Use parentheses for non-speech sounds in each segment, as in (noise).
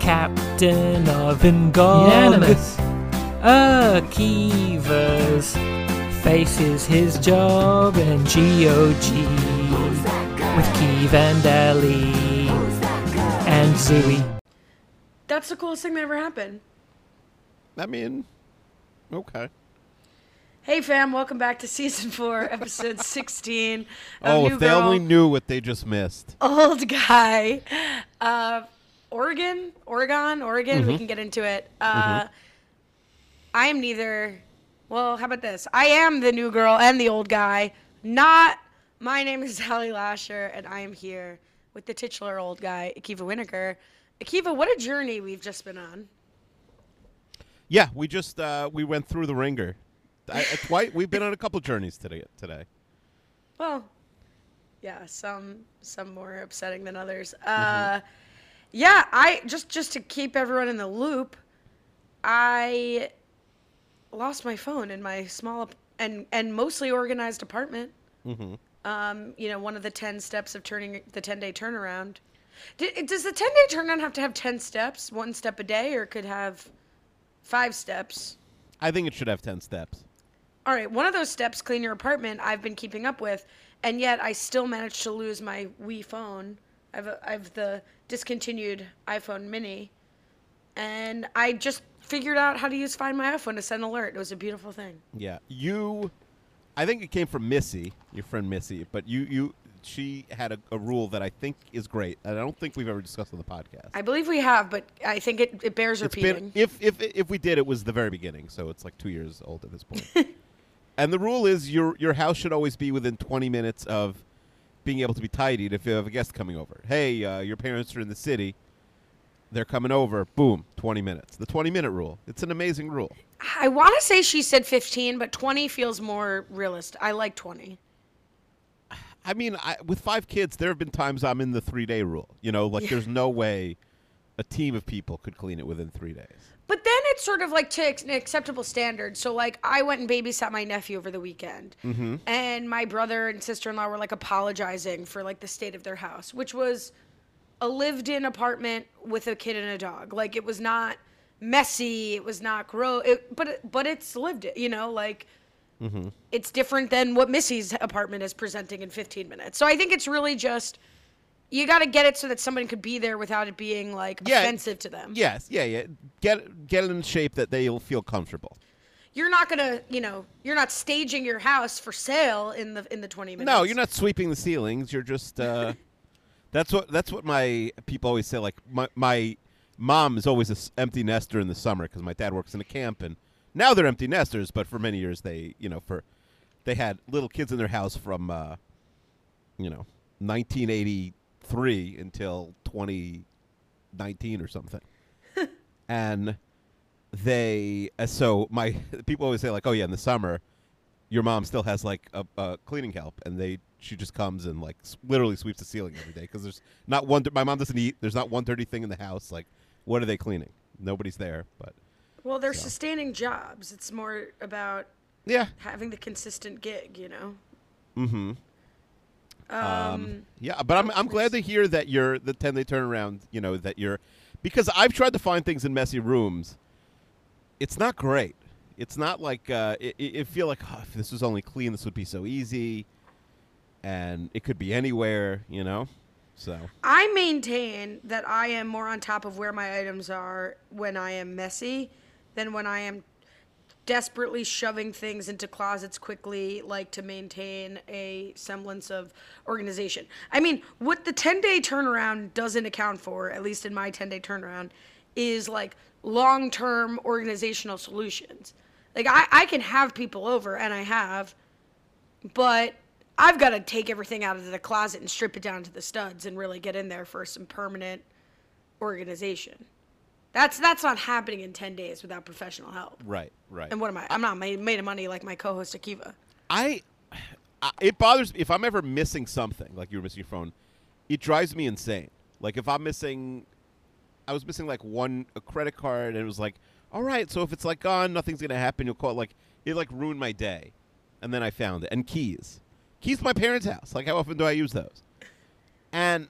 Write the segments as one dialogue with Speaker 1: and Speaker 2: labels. Speaker 1: captain of Ingolimus. Akiva's faces his job and GOG with Keeve and Ellie and Zooey.
Speaker 2: That's the coolest thing that ever happened.
Speaker 3: I mean, okay.
Speaker 2: Hey, fam, welcome back to season four, (laughs) episode 16. of
Speaker 3: Oh,
Speaker 2: New
Speaker 3: if they
Speaker 2: Girl,
Speaker 3: only knew what they just missed.
Speaker 2: Old guy. Uh, Oregon? Oregon? Oregon? We can get into it. Uh, I am neither. Well, how about this? I am the new girl and the old guy. Not. My name is Sally Lasher, and I am here with the titular old guy, Akiva Winokur. Akiva, what a journey we've just been on.
Speaker 3: Yeah, we just uh, we went through the ringer. I, twice we've been on a couple journeys today. Today,
Speaker 2: Well, yeah, some some more upsetting than others. Uh, yeah, I just just to keep everyone in the loop, I lost my phone in my small ap- and and mostly organized apartment. Um, you know, one of the ten steps of turning the ten day turnaround. Did, does the ten day turnaround have to have ten steps, one step a day, or could have five steps?
Speaker 3: I think it should have ten steps.
Speaker 2: all right, one of those steps, clean your apartment, I've been keeping up with, and yet I still managed to lose my Wii phone. I've I've the discontinued iPhone Mini, and I just figured out how to use Find My iPhone to send an alert. It was a beautiful thing.
Speaker 3: Yeah, you. I think it came from Missy, your friend Missy, but you you she had a, a rule that I think is great, and I don't think we've ever discussed on the podcast.
Speaker 2: I believe we have, but I think it, it bears
Speaker 3: It's
Speaker 2: repeating.
Speaker 3: been if if if we did, it was the very beginning, so it's like two years old at this point. and the rule is your your house should always be within twenty minutes of being able to be tidied. If you have a guest coming over, hey, uh, your parents are in the city, they're coming over. Boom, twenty minutes. The twenty minute rule. It's an amazing rule.
Speaker 2: I want to say she said 15, but 20 feels more realist. I like 20.
Speaker 3: I mean, I, with five kids, there have been times I'm in the three day rule. You know, like there's no way a team of people could clean it within three days.
Speaker 2: But then it's sort of like to ex- an acceptable standard. So like I went and babysat my nephew over the weekend, and my brother and sister in law were like apologizing for like the state of their house, which was a lived-in apartment with a kid and a dog. Like it was not messy, it was not gross, it, but it, but it's lived. You know, like it's different than what Missy's apartment is presenting in 15 minutes. So I think it's really just. You got to get it so that someone could be there without it being like
Speaker 3: Yeah.
Speaker 2: offensive to them.
Speaker 3: Yes, yeah, yeah. Get get it in shape that they'll feel comfortable.
Speaker 2: you're not gonna you know you're not staging your house for sale in the in the 20 minutes
Speaker 3: No, you're not sweeping the ceilings. You're just. Uh, that's what that's what my people always say. Like my my mom is always an empty nester in the summer because my dad works in a camp, and now they're empty nesters. But for many years, they you know for they had little kids in their house from uh, you know 1983 until 2019 or something, and they uh, so my (laughs) people always say like oh yeah in the summer your mom still has like a, a cleaning help and they she just comes and like s- literally sweeps the ceiling every day because there's not one my mom doesn't eat there's not one dirty thing in the house like what are they cleaning nobody's there but
Speaker 2: well they're sustaining jobs it's more about
Speaker 3: yeah
Speaker 2: having the consistent gig you know
Speaker 3: yeah but i'm, I'm glad to hear that you're the 10 day turnaround you know that you're because i've tried to find things in messy rooms it's not great it's not like uh it, it it feel like oh, if this was only clean this would be so easy and it could be anywhere you know so
Speaker 2: i maintain that i am more on top of where my items are when i am messy than when i am desperately shoving things into closets quickly like to maintain a semblance of organization i mean what the 10 day turnaround doesn't account for at least in my 10 day turnaround is like long term organizational solutions like I, I can have people over and i have but i've got to take everything out of the closet and strip it down to the studs and really get in there for some permanent organization that's that's not happening in 10 days without professional help
Speaker 3: right right
Speaker 2: and what am I? I'm not made, made of money like my co-host Akiva.
Speaker 3: I, I it bothers me if I'm ever missing something like you were missing your phone. It drives me insane. Like if I'm missing, I was missing like one a credit card, and it was like, all right, so if it's like gone, nothing's gonna happen. You'll call it like it like ruined my day, and then I found it and keys, keys to my parents' house. Like how often do I use those? And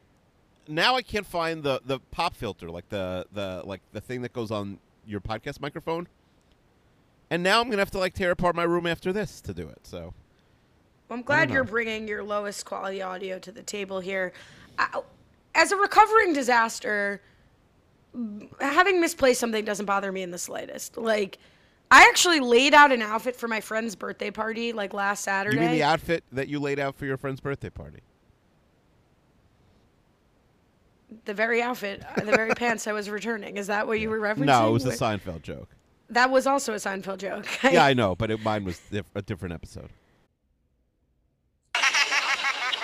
Speaker 3: now I can't find the the pop filter, like the the like the thing that goes on your podcast microphone. And now I'm gonna have to like tear apart my room after this to do it. So
Speaker 2: Well, I'm glad
Speaker 3: know.
Speaker 2: you're bringing your lowest quality audio to the table here. I, as a recovering disaster, m- having misplaced something doesn't bother me in the slightest. Like, I actually laid out an outfit for my friend's birthday party like last Saturday.
Speaker 3: you mean the outfit that you laid out for your friend's birthday party?
Speaker 2: The very outfit, uh, the
Speaker 3: (laughs)
Speaker 2: very pants I was returning. Is that what you were referencing?
Speaker 3: No, it was a
Speaker 2: Where- (laughs)
Speaker 3: Seinfeld joke.
Speaker 2: That was also a Seinfeld joke. (laughs)
Speaker 3: Yeah, I know, but it, mine was diff- a different episode.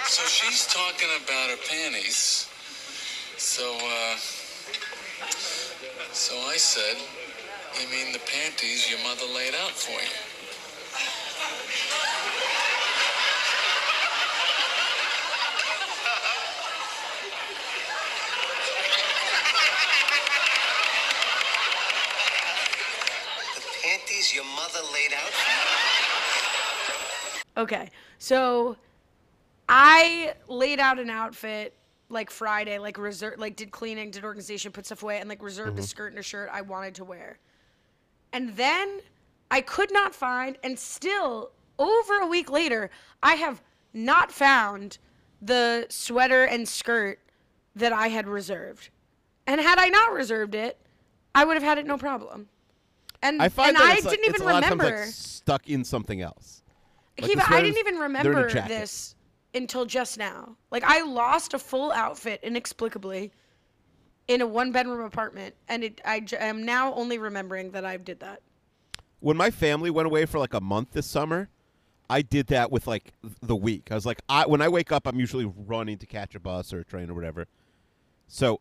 Speaker 4: So she's talking about her panties. So, uh, so I said, you mean the panties your mother laid out for you?
Speaker 5: The panties your mother laid out for you.
Speaker 2: Okay. So I laid out an outfit like Friday, like reserve like did cleaning, did organization, put stuff away, and like reserved
Speaker 3: Mm-hmm.
Speaker 2: a skirt and a shirt I wanted to wear. And then I could not find and still over a week later, I have not found the sweater and skirt that I had reserved. And had I not reserved it, I would have had it no problem. And
Speaker 3: I find
Speaker 2: and
Speaker 3: that
Speaker 2: I
Speaker 3: it's, like,
Speaker 2: didn't
Speaker 3: it's
Speaker 2: even
Speaker 3: a lot
Speaker 2: remember.
Speaker 3: of times like stuck in something else. Like,
Speaker 2: Kiva,
Speaker 3: the
Speaker 2: I didn't
Speaker 3: sweaters,
Speaker 2: even
Speaker 3: they're in a
Speaker 2: remember
Speaker 3: jacket.
Speaker 2: this until just now. Like I lost a full outfit inexplicably in a one-bedroom apartment, and it, I j- am now only remembering that I did that.
Speaker 3: when my family went away for like a month this summer, I did that with like th- the week. I was like, I when I wake up, I'm usually running to catch a bus or a train or whatever. So,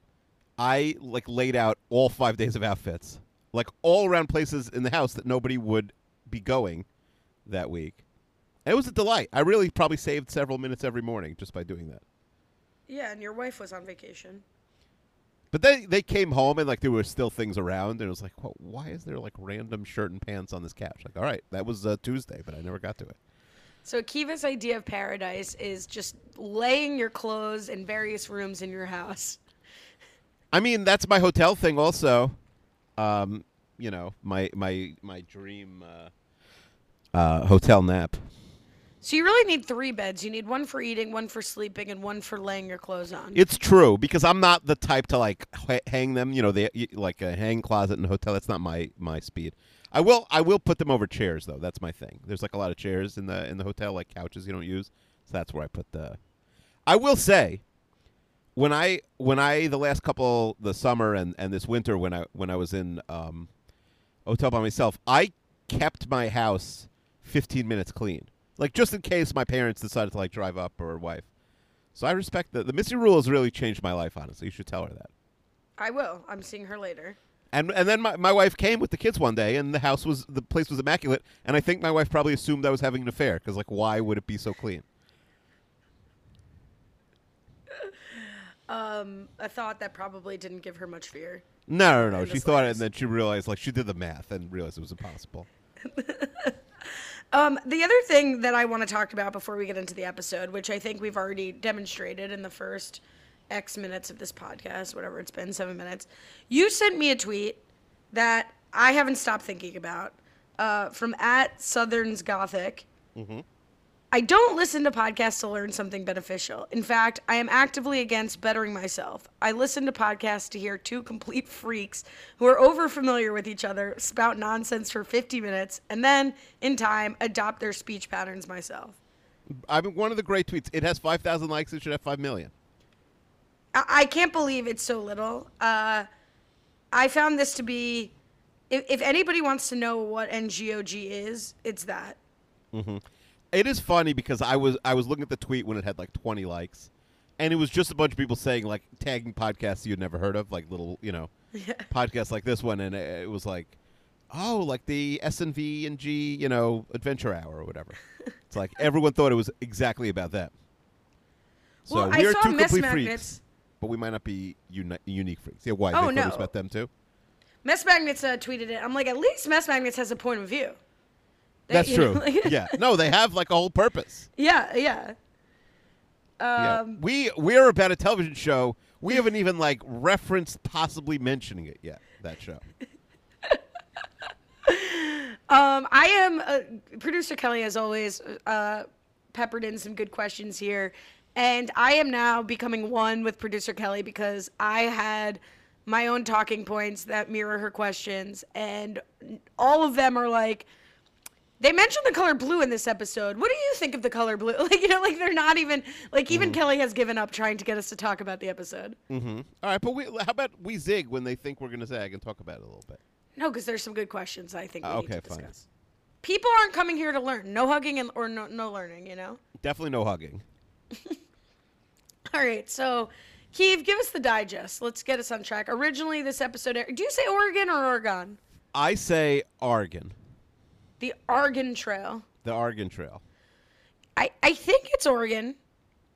Speaker 3: I like laid out all five days of outfits, like all around places in the house that nobody would be going that week. And it was a delight. I really probably saved several minutes every morning just by doing that.
Speaker 2: Yeah, and your wife was on vacation.
Speaker 3: But they they came home and like there were still things around, and it was like, well, why is there like random shirt and pants on this couch? Like, all right, that was uh, Tuesday, but I never got to it.
Speaker 2: So Kiva's idea of paradise is just laying your clothes in various rooms in your house.
Speaker 3: I mean, that's my hotel thing also. Um, you know, my my my dream uh, uh, hotel nap.
Speaker 2: So you really need three beds. You need one for eating, one for sleeping, and one for laying your clothes on.
Speaker 3: It's true because I'm not the type to like h- hang them. You know, they y- like a hang closet in a hotel. That's not my my speed. I will I will put them over chairs though. That's my thing. There's like a lot of chairs in the in the hotel, like couches you don't use. So that's where I put the. I will say, when I when I the last couple the summer and and this winter when I when I was in um, hotel by myself, I kept my house 15 minutes clean, like just in case my parents decided to like drive up or wife. So I respect that. The Missy rule has really changed my life, honestly. You should tell her that.
Speaker 2: I will. I'm seeing her later.
Speaker 3: And and then my, my wife came with the kids one day, and the house was the place was immaculate. And I think my wife probably assumed I was having an affair because like why would it be so clean?
Speaker 2: A thought that probably didn't give her much fear.
Speaker 3: No, no, no. She
Speaker 2: just
Speaker 3: thought
Speaker 2: like-
Speaker 3: it, and then she realized like she did the math and realized it was impossible.
Speaker 2: Um, the other thing that I want to talk about before we get into the episode, which I think we've already demonstrated in the first X minutes of this podcast, whatever it's been, seven minutes, you sent me a tweet that I haven't stopped thinking about uh, from at Southern's Gothic. I don't listen to podcasts to learn something beneficial. In fact, I am actively against bettering myself. I listen to podcasts to hear two complete (laughs) freaks who are overfamiliar with each other spout nonsense for 50 minutes and then, in time, adopt their speech patterns myself.
Speaker 3: I mean, one of the great tweets. It has five thousand likes. It should have five million.
Speaker 2: I, I can't believe it's so little. Uh, I found this to be, if, if anybody wants to know what NGOG is, it's that.
Speaker 3: It is funny because I was I was looking at the tweet when it had like 20 likes, and it was just a bunch of people saying like tagging podcasts you'd never heard of, like little
Speaker 2: (laughs)
Speaker 3: you know podcasts like this one, and it, it was like, oh, like the S and V and G, you know, Adventure Hour or
Speaker 2: (laughs)
Speaker 3: whatever. it's like everyone thought it was exactly about that. So
Speaker 2: Well, I
Speaker 3: we are
Speaker 2: saw
Speaker 3: two
Speaker 2: Miss
Speaker 3: complete
Speaker 2: Magnets.
Speaker 3: freaks, but we might not be uni- unique freaks. Yeah,
Speaker 2: Oh,
Speaker 3: why? they thought it was
Speaker 2: no.
Speaker 3: about them too.
Speaker 2: Mess Magnets uh, tweeted it. I'm like, at least Mess Magnets has a point of view. They- (laughs)
Speaker 3: That's
Speaker 2: you know,
Speaker 3: true.
Speaker 2: like-
Speaker 3: yeah, no, they have like a whole purpose.
Speaker 2: Yeah, yeah.
Speaker 3: Yeah.
Speaker 2: Um,
Speaker 3: we we're about a television show. We haven't even like referenced possibly mentioning it yet. That show.
Speaker 2: Um, I am uh, producer Kelly, as always, uh, peppered in some good questions here, and I am now becoming one with producer Kelly because I had my own talking points that mirror her questions, and all of them are like. They mentioned the color blue in this episode. What do you think of the color blue? (laughs) Like, you know, like they're not even, like,
Speaker 3: Mm.
Speaker 2: even Kelly has given up trying to get us to talk about the episode.
Speaker 3: Mm-hmm. All right, but we, how about we zig when they think we're going to zag and talk about it a little bit?
Speaker 2: No, because there's some good questions I think we
Speaker 3: Uh,
Speaker 2: need
Speaker 3: okay,
Speaker 2: to
Speaker 3: fine.
Speaker 2: discuss. People aren't coming here to learn. No hugging and, or no, no learning, you know?
Speaker 3: Definitely no hugging.
Speaker 2: All right, so Keeve, give us the digest. Let's get us on track. Originally, this episode, do you say Oregon or Oregon?
Speaker 3: I say Argon,
Speaker 2: The Oregon Trail.
Speaker 3: the Argon Trail.
Speaker 2: I, I think it's Oregon,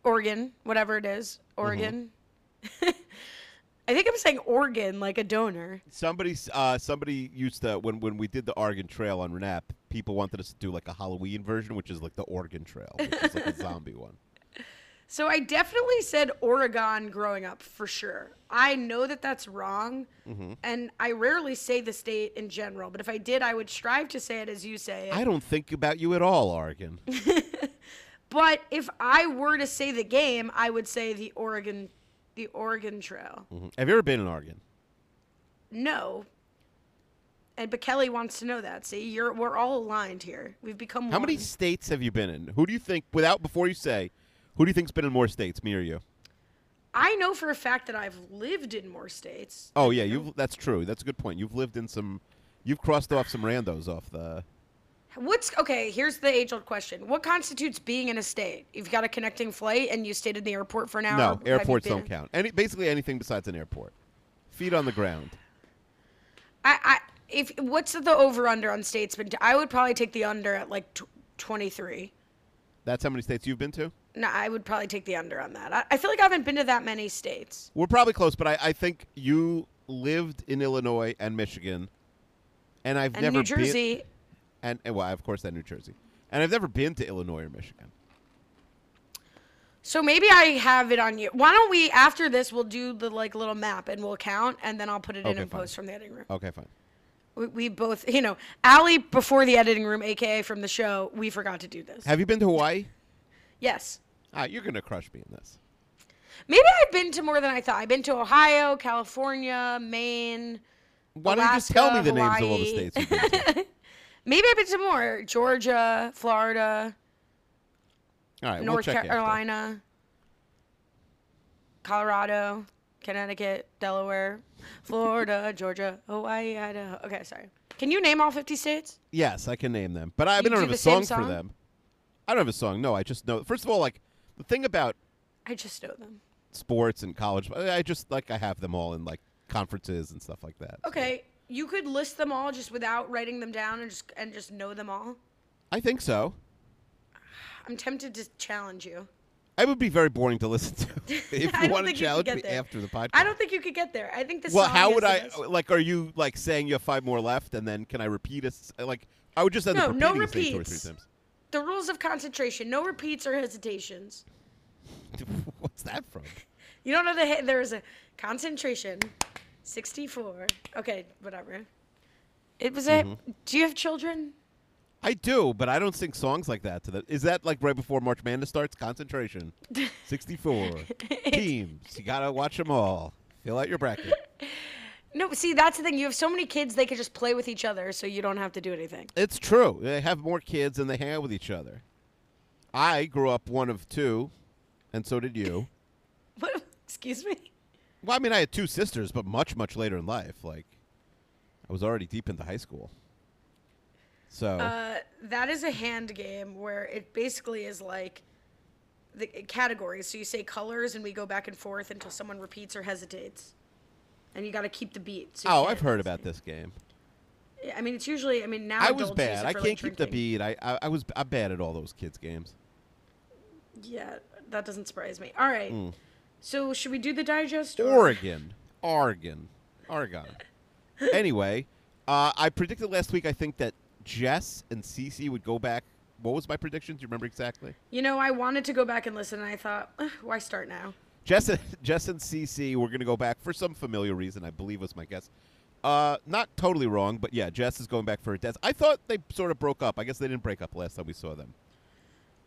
Speaker 2: Oregon, whatever it is, Oregon. (laughs) I think I'm saying Oregon like a donor.
Speaker 3: Somebody, s- uh, somebody used to when when we did the Argon Trail on Renap. People wanted us to do like a Halloween version, which is like the Oregon Trail, which is like a zombie one.
Speaker 2: So I definitely said Oregon growing up for sure. I know that that's wrong, and I rarely say the state in general. But if I did, I would strive to say it as you say it.
Speaker 3: I don't think about you at all, Argon.
Speaker 2: But if I were to say the game, I would say the Oregon, the Oregon Trail.
Speaker 3: Mhm. Have you ever been in Argon?
Speaker 2: No. And but Kelly wants to know that. See, you're we're all aligned here. We've become
Speaker 3: How
Speaker 2: one.
Speaker 3: many states have you been in? Who do you think, without before you say, who do you think's been in more states, me or you?
Speaker 2: I know for a fact that I've lived in more states.
Speaker 3: Oh yeah, you. That's true. That's a good point. You've lived in some, you've crossed off some randos off the.
Speaker 2: What's okay? Here's the age-old question: What constitutes being in a state? You've got a connecting flight, and you stayed in the airport for an hour.
Speaker 3: No,
Speaker 2: Um, Have you
Speaker 3: airports
Speaker 2: been-
Speaker 3: don't count. Any basically anything besides an airport. Feet on the ground.
Speaker 2: I, I, if what's the over/under on statesmen? I would probably take the under at like tw- 23.
Speaker 3: That's how many states you've been to.
Speaker 2: No, I would probably take the under on that. I, I feel like I haven't been to that many states.
Speaker 3: We're probably close, but I, I think you lived in Illinois and Michigan, and I've
Speaker 2: And
Speaker 3: never
Speaker 2: New
Speaker 3: been
Speaker 2: Jersey,
Speaker 3: and, and well, of course, that New Jersey, and I've never been to Illinois or Michigan.
Speaker 2: So maybe I have it on you. Why don't we after this we'll do the like little map and we'll count and then I'll put it in
Speaker 3: Okay,
Speaker 2: and
Speaker 3: fine.
Speaker 2: post from the editing room.
Speaker 3: Okay, fine.
Speaker 2: We, we both, you know, Allie before the editing room, aka from the show, we forgot to do this.
Speaker 3: Have you been to Hawaii?
Speaker 2: yes.
Speaker 3: Ah, you're gonna crush me in this.
Speaker 2: Maybe I've been to more than I thought. I've been to Ohio, California, Maine.
Speaker 3: Why don't you just tell me
Speaker 2: Alaska,
Speaker 3: the names of all the
Speaker 2: Hawaii.
Speaker 3: states? You've been
Speaker 2: (laughs)
Speaker 3: to?
Speaker 2: Maybe I've been to more. Georgia, Florida,
Speaker 3: All right, we'll
Speaker 2: North
Speaker 3: check after.
Speaker 2: Carolina, Colorado, Connecticut, Delaware,
Speaker 3: (laughs)
Speaker 2: Florida, Georgia, Hawaii, Idaho. Okay, sorry. Can you name all 50 states?
Speaker 3: Yes, I can name them, but I, I
Speaker 2: You
Speaker 3: don't
Speaker 2: do
Speaker 3: have a
Speaker 2: the same
Speaker 3: song, for
Speaker 2: song?
Speaker 3: them. I don't have a song. No, I just know. First of all, like the thing about
Speaker 2: I just know them.
Speaker 3: sports and college, I I just like I have them all in like conferences and stuff like that.
Speaker 2: Okay, you could list them all just without writing them down and just and just know them all.
Speaker 3: I think so.
Speaker 2: I'm tempted to challenge you.
Speaker 3: It would be very boring to listen
Speaker 2: (laughs)
Speaker 3: to if
Speaker 2: I
Speaker 3: you
Speaker 2: don't
Speaker 3: want to
Speaker 2: think you could
Speaker 3: challenge
Speaker 2: get
Speaker 3: me
Speaker 2: there.
Speaker 3: after the podcast.
Speaker 2: I don't think you could get there. I think this.
Speaker 3: well,
Speaker 2: song
Speaker 3: how
Speaker 2: is
Speaker 3: would
Speaker 2: the
Speaker 3: I
Speaker 2: best.
Speaker 3: like? Are you like saying you have five more left, and then can I repeat it? Like I would just end up
Speaker 2: No, no
Speaker 3: repeating the same two or
Speaker 2: repeats.
Speaker 3: three times.
Speaker 2: The rules of concentration: no repeats or hesitations.
Speaker 3: (laughs) What's that from?
Speaker 2: You don't know the hit. There was a concentration, sixty-four. Okay, whatever. It was
Speaker 3: Mm-hmm.
Speaker 2: a. Do you have children?
Speaker 3: I do, but I don't sing songs like that. To the, is that like right before March Madness starts?
Speaker 2: (laughs)
Speaker 3: Concentration, sixty-four teams. You gotta watch them all. Fill out your bracket.
Speaker 2: No. See, that's the thing. You have so many kids; they could just play with each other, so you don't have to do anything.
Speaker 3: It's true. They have more kids and they hang out with each other. I grew up one of two, and so
Speaker 2: (coughs)
Speaker 3: did you.
Speaker 2: (laughs) What? Excuse me.
Speaker 3: Well, I mean, I had two sisters, but much, much later in life. Like, I was already deep into high school. So,
Speaker 2: Uh, that is a hand game where it basically is like the uh, categories. So you say colors, and we go back and forth until someone repeats or hesitates, and you got to keep the beat. So you
Speaker 3: oh,
Speaker 2: can't-
Speaker 3: I've heard about this game.
Speaker 2: Yeah, I mean, it's usually. I mean, now
Speaker 3: I was
Speaker 2: adults use it
Speaker 3: bad. I
Speaker 2: for,
Speaker 3: can't
Speaker 2: like,
Speaker 3: keep the
Speaker 2: drinking.
Speaker 3: beat. I, I, I was I'm bad at all those kids games.
Speaker 2: Yeah, that doesn't surprise me. All right.
Speaker 3: Hmm.
Speaker 2: So should we do the digest? or-
Speaker 3: Oregon, Oregon, Oregon. anyway, uh, I predicted last week. I think that Jess and Cece would go back what was my prediction? Do you remember exactly?
Speaker 2: You know, I wanted to go back and listen, and I thought, "Ugh, why start now?
Speaker 3: Jess, Jess and (laughs) CC, we're going to go back for some familiar reason, I believe was my guess. Uh, not totally wrong, but yeah, Jess is going back for a death. I thought they sort of broke up. I guess they didn't break up last time we saw them.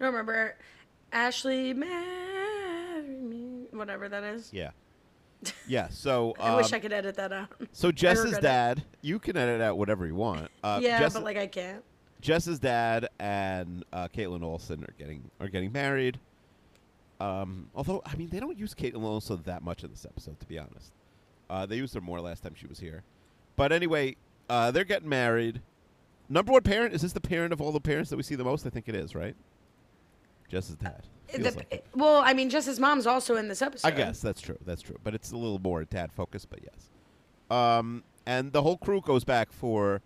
Speaker 2: I remember Ashley marry me, whatever that is. (laughs)
Speaker 3: Yeah. Yeah, so um,
Speaker 2: I wish I could edit that out.
Speaker 3: so Jess's
Speaker 2: regret it.
Speaker 3: dad, you can edit out whatever you want. Uh,
Speaker 2: yeah,
Speaker 3: Jess,
Speaker 2: but like I can't.
Speaker 3: Jess's dad and uh, Caitlin Olsen are getting are getting married. Um, although I mean they don't use Caitlin Olsen that much in this episode, to be honest. Uh, they used her more last time she was here. But anyway, uh, they're getting married. Number one parent is this the parent of all the parents that we see the most? I think it is, right? Jess's dad. Feels
Speaker 2: Uh, The-
Speaker 3: like it.
Speaker 2: well, I mean, Jess's mom's also in this episode.
Speaker 3: I guess that's true. That's true. But it's a little more dad focused, but yes. Um, and the whole crew goes back for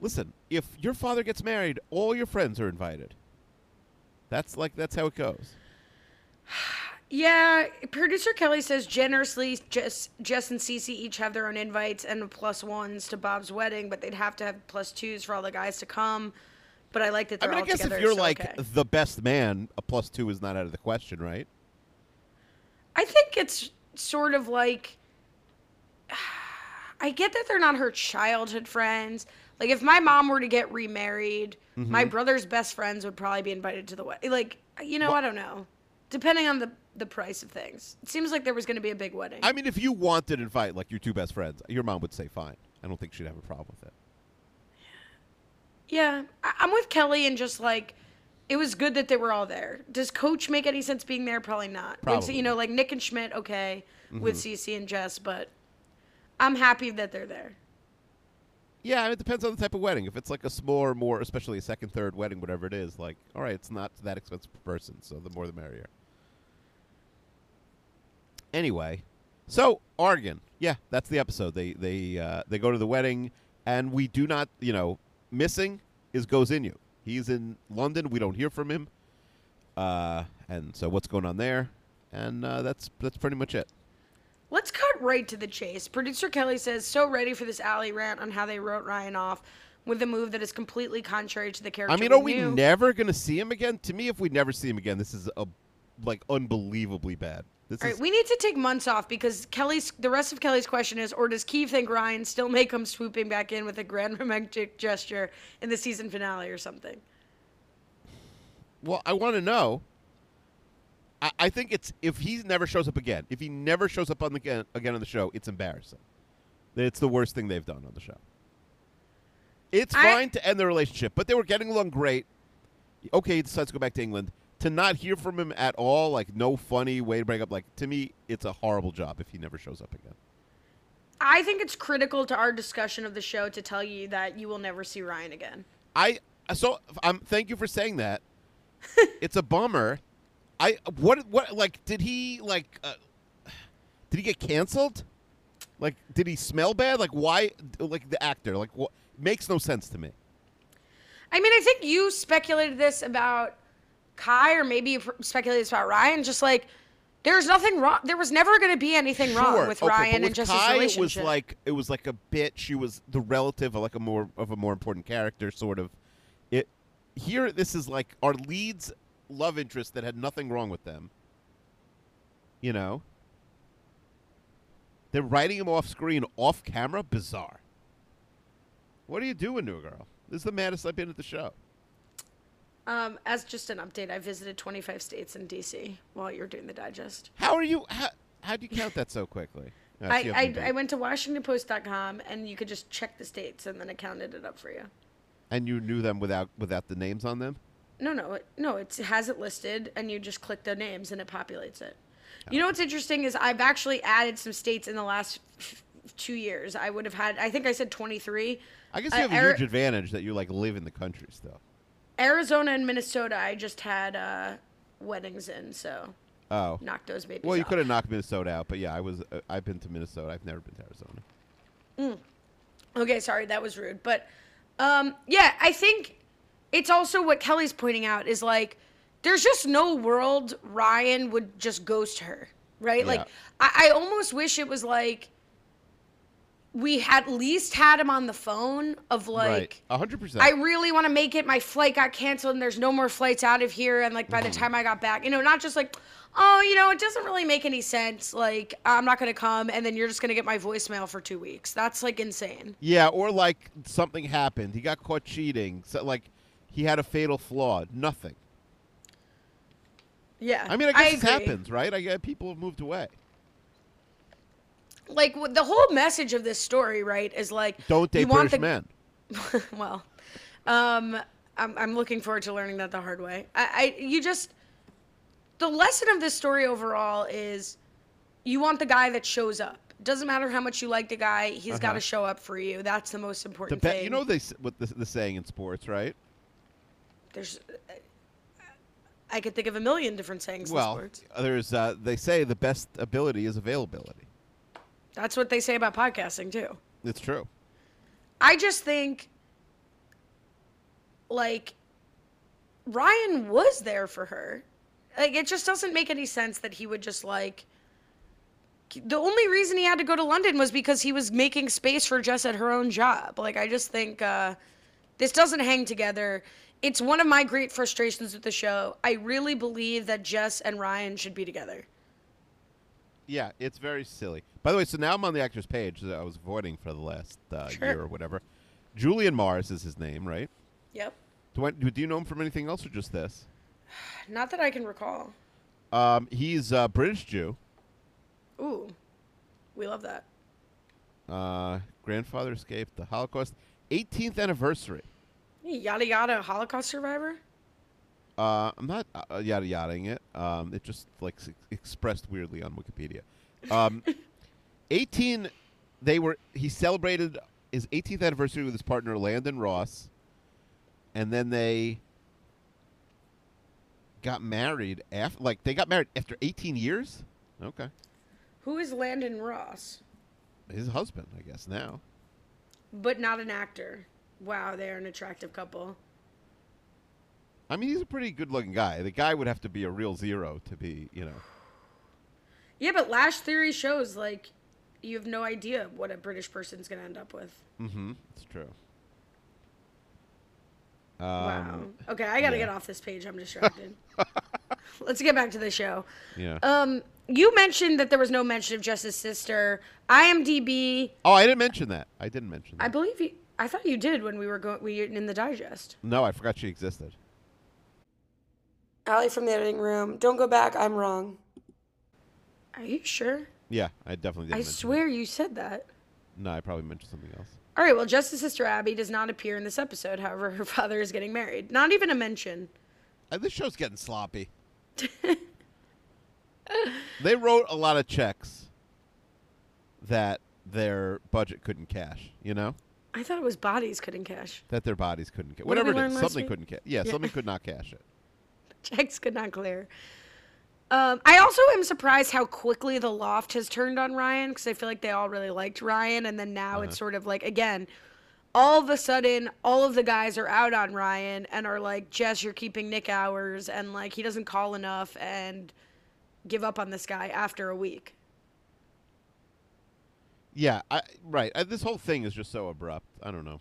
Speaker 3: listen, if your father gets married, all your friends are invited. That's like that's how it goes.
Speaker 2: Yeah, producer Kelly says generously, Jess, Jess and Cece each have their own invites and plus ones to Bob's wedding, but they'd have to have plus twos for all the guys to come. But I like that
Speaker 3: I
Speaker 2: they're
Speaker 3: mean, I
Speaker 2: all
Speaker 3: guess
Speaker 2: together.
Speaker 3: if you're
Speaker 2: so
Speaker 3: like
Speaker 2: okay.
Speaker 3: the best man, a plus two is not out of the question, right?
Speaker 2: I think it's sort of like (sighs) I get that they're not her childhood friends. Like if my mom were to get remarried,
Speaker 3: Mm-hmm.
Speaker 2: my brother's best friends would probably be invited to the wedding. Like you know, I don't know. Depending on the the price of things, it seems like there was going to be a big wedding.
Speaker 3: I mean, if you wanted to invite like your two best friends, your mom would say fine. I don't think she'd have a problem with it.
Speaker 2: yeah, I- I'm with Kelly and just like it was good that they were all there. Does Coach make any sense being there? Probably not. Like, so,
Speaker 3: Probably Mm-hmm.
Speaker 2: you know,
Speaker 3: not.
Speaker 2: like Nick and Schmidt, okay, with Cece and Jess, but I'm happy that they're there.
Speaker 3: Yeah, and it depends on the type of wedding. If it's like a smaller, more especially a second, third wedding, whatever it is, like all right, it's not that expensive per person, so the more the merrier. Anyway, so Argon, yeah, that's the episode. They they uh, they go to the wedding, and we do not, you know, missing is goes in you. He's in London. We don't hear from him, uh, and so what's going on there? And uh, that's that's pretty much it.
Speaker 2: Let's cut right to the chase. Producer Kelly says, so ready for this alley rant on how they wrote Ryan off with a move that is completely contrary to the character.
Speaker 3: I mean, are
Speaker 2: we
Speaker 3: we
Speaker 2: knew.
Speaker 3: never going to see him again? To me, if we never see him again, this is a like unbelievably bad. This
Speaker 2: All
Speaker 3: is
Speaker 2: right, we need to take months off because Kelly's the rest of Kelly's question is, or does Keeve think Ryan still may come swooping back in with a grand romantic gesture in the season finale or something?
Speaker 3: well. I want to know. I, I think it's if he never shows up again. If he never shows up on the again, again on the show, it's embarrassing. It's the worst thing they've done on the show. It's
Speaker 2: I-
Speaker 3: fine to end the relationship, but they were getting along great. Okay, he decides to go back to England. To not hear from him at all, like no funny way to break up. Like to me, it's a horrible job if he never shows up again.
Speaker 2: I think it's critical to our discussion of the show to tell you that you will never see Ryan again.
Speaker 3: I so um, thank you for saying that. it's a bummer. I what what like did he like uh, did he get canceled? Like did he smell bad? Like why like the actor like what makes no sense to me.
Speaker 2: I mean, I think you speculated this about Kai, or maybe you pr- speculated this about Ryan. Just like there's nothing wrong. There was never going to be anything
Speaker 3: Sure,
Speaker 2: wrong with
Speaker 3: okay, but
Speaker 2: Ryan
Speaker 3: with
Speaker 2: and just
Speaker 3: Kai,
Speaker 2: his
Speaker 3: it was
Speaker 2: relationship.
Speaker 3: like it was like a bit. She was the relative of like a more of a more important character, sort of. It here this is like our leads love interest that had nothing wrong with them. You know, they're writing him off screen, off camera, bizarre. What are you doing to a girl? This is the maddest I've been at the show.
Speaker 2: um, as just an update, I visited 25 states and DC while you were doing the digest.
Speaker 3: How are you? How how do you count that so quickly? No, it's you
Speaker 2: I,
Speaker 3: haven't
Speaker 2: I, I
Speaker 3: been.
Speaker 2: went to WashingtonPost.com and you could just check the states and then it counted it up for you.
Speaker 3: and you knew them without without the names on them.
Speaker 2: No, no, it, no. It's, it has it listed, and you just click the names, and it populates it. You know what's interesting is I've actually added some states in the last f- f- two years. I would have had, I think I said 23.
Speaker 3: I guess
Speaker 2: Uh,
Speaker 3: you have a
Speaker 2: Ari-
Speaker 3: huge advantage that you like live in the country still.
Speaker 2: Arizona and Minnesota, I just had uh, weddings in, so
Speaker 3: Oh,
Speaker 2: knocked those babies.
Speaker 3: well, you
Speaker 2: off.
Speaker 3: could have knocked Minnesota out, but yeah, I was. Uh, I've been to Minnesota. I've never been to Arizona.
Speaker 2: Okay, sorry, that was rude. But um, yeah, I think it's also what Kelly's pointing out is like there's just no world Ryan would just ghost her, right?
Speaker 3: Yeah.
Speaker 2: Like I, I almost wish it was like we at least had him on the phone of like
Speaker 3: right. A hundred
Speaker 2: I
Speaker 3: percent.
Speaker 2: really want to make it. My flight got canceled, and there's no more flights out of here. And like by
Speaker 3: Mm-hmm.
Speaker 2: the time I got back, you know, not just like, oh, you know, it doesn't really make any sense. Like I'm not gonna come, and then you're just gonna get my voicemail for two weeks. That's like insane.
Speaker 3: Yeah, or like something happened. He got caught cheating. So like he had a fatal flaw. Nothing.
Speaker 2: Yeah.
Speaker 3: I mean, I guess it
Speaker 2: agree.
Speaker 3: happens, right? I gue- people have moved away.
Speaker 2: Like w- the whole message of this story, right, is like
Speaker 3: Don't date
Speaker 2: you want
Speaker 3: British
Speaker 2: the- (laughs)
Speaker 3: men.
Speaker 2: well, um, I'm, I'm looking forward to learning that the hard way. I, I, you just, the lesson of this story overall is, you want the guy that shows up. Doesn't matter how much you like the guy, he's got
Speaker 3: Uh-huh.
Speaker 2: to show up for you. That's the most
Speaker 3: The
Speaker 2: important
Speaker 3: be-
Speaker 2: thing.
Speaker 3: you know they s- what the, the saying in sports, right?
Speaker 2: there's, I could think of a million different sayings.
Speaker 3: well,
Speaker 2: in sports.
Speaker 3: there's uh, they say the best ability is availability.
Speaker 2: that's what they say about podcasting too.
Speaker 3: It's true.
Speaker 2: I just think, like, Ryan was there for her. Like, it just doesn't make any sense that he would just, like, the only reason he had to go to London was because he was making space for Jess at her own job. Like, I just think uh, this doesn't hang together. It's one of my great frustrations with the show. I really believe that Jess and Ryan should be together.
Speaker 3: Yeah, it's very silly. By the way, so now I'm on the actor's page that I was avoiding for the last uh,
Speaker 2: Sure.
Speaker 3: year or whatever. Julian Mars is his name, right?
Speaker 2: Yep.
Speaker 3: Do, I, do you know him from anything else or just this?
Speaker 2: Not that I can recall.
Speaker 3: Um, he's a British Jew,
Speaker 2: Ooh, we love that.
Speaker 3: uh, grandfather escaped the Holocaust, 18th anniversary.
Speaker 2: Yada yada, Holocaust survivor?
Speaker 3: Uh, I'm not uh, yada yadaing it. Um, it just like s- expressed weirdly on Wikipedia. Um, 18. They were. He celebrated his 18th anniversary with his partner Landon Ross, and then they got married after. Like they got married after 18 years. Okay,
Speaker 2: Who is Landon Ross?
Speaker 3: his husband, I guess now.
Speaker 2: But not an actor. Wow, they're an attractive couple.
Speaker 3: I mean, he's a pretty good-looking guy. The guy would have to be a real zero to be, you know.
Speaker 2: Yeah, but Lash Theory shows like you have no idea what a British person's gonna end up with.
Speaker 3: Mm-hmm. It's true. Um,
Speaker 2: wow. Okay, I gotta
Speaker 3: yeah.
Speaker 2: get off this page. I'm
Speaker 3: (laughs)
Speaker 2: distracted. Let's get back to the show.
Speaker 3: Yeah.
Speaker 2: Um, you mentioned that there was no mention of Jess's sister. IMDb.
Speaker 3: Oh, I didn't mention that. I didn't mention that.
Speaker 2: I believe you. I thought you did when we were going. We in the digest.
Speaker 3: no, I forgot she existed.
Speaker 2: Allie from the editing room. Don't go back. I'm wrong. Are you sure?
Speaker 3: Yeah, I definitely didn't.
Speaker 2: I
Speaker 3: mention
Speaker 2: swear you said that.
Speaker 3: It. No, I probably mentioned something else.
Speaker 2: All right, well, Justice Sister Abby does not appear in this episode. However, her (laughs) father is getting married. Not even a mention.
Speaker 3: Uh, this show's
Speaker 2: (laughs)
Speaker 3: getting sloppy. they wrote a lot of checks that their budget couldn't cash. You know
Speaker 2: I thought it was bodies couldn't cash. (laughs)
Speaker 3: that their bodies couldn't. Ca-
Speaker 2: What did we
Speaker 3: whatever it
Speaker 2: learn
Speaker 3: is,
Speaker 2: last
Speaker 3: something
Speaker 2: week?
Speaker 3: couldn't cash. Yeah,
Speaker 2: Yeah.
Speaker 3: something could not cash it.
Speaker 2: Checks could not clear. Um, I also am surprised how quickly the loft has turned on Ryan because I feel like they all really liked Ryan, and then now it's sort of like again, all of a sudden, all of the guys are out on Ryan and are like, "Jess, you're keeping Nick hours," and like he doesn't call enough and give up on this guy after a week.
Speaker 3: Yeah, I, right. I, this whole thing is just so abrupt. I don't know.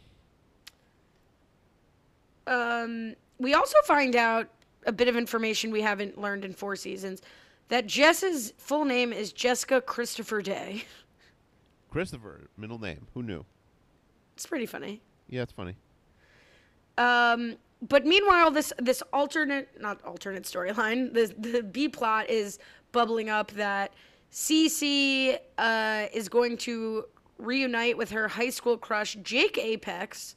Speaker 2: um, we also find out a bit of information we haven't learned in four seasons that Jess's full name is Jessica Christopher Day. (laughs)
Speaker 3: Christopher, middle name. Who knew?
Speaker 2: It's pretty funny.
Speaker 3: Yeah, it's funny.
Speaker 2: Um, but meanwhile, this this alternate, not alternate storyline, the the B plot is bubbling up that Cece uh, is going to reunite with her high school crush Jake Apex,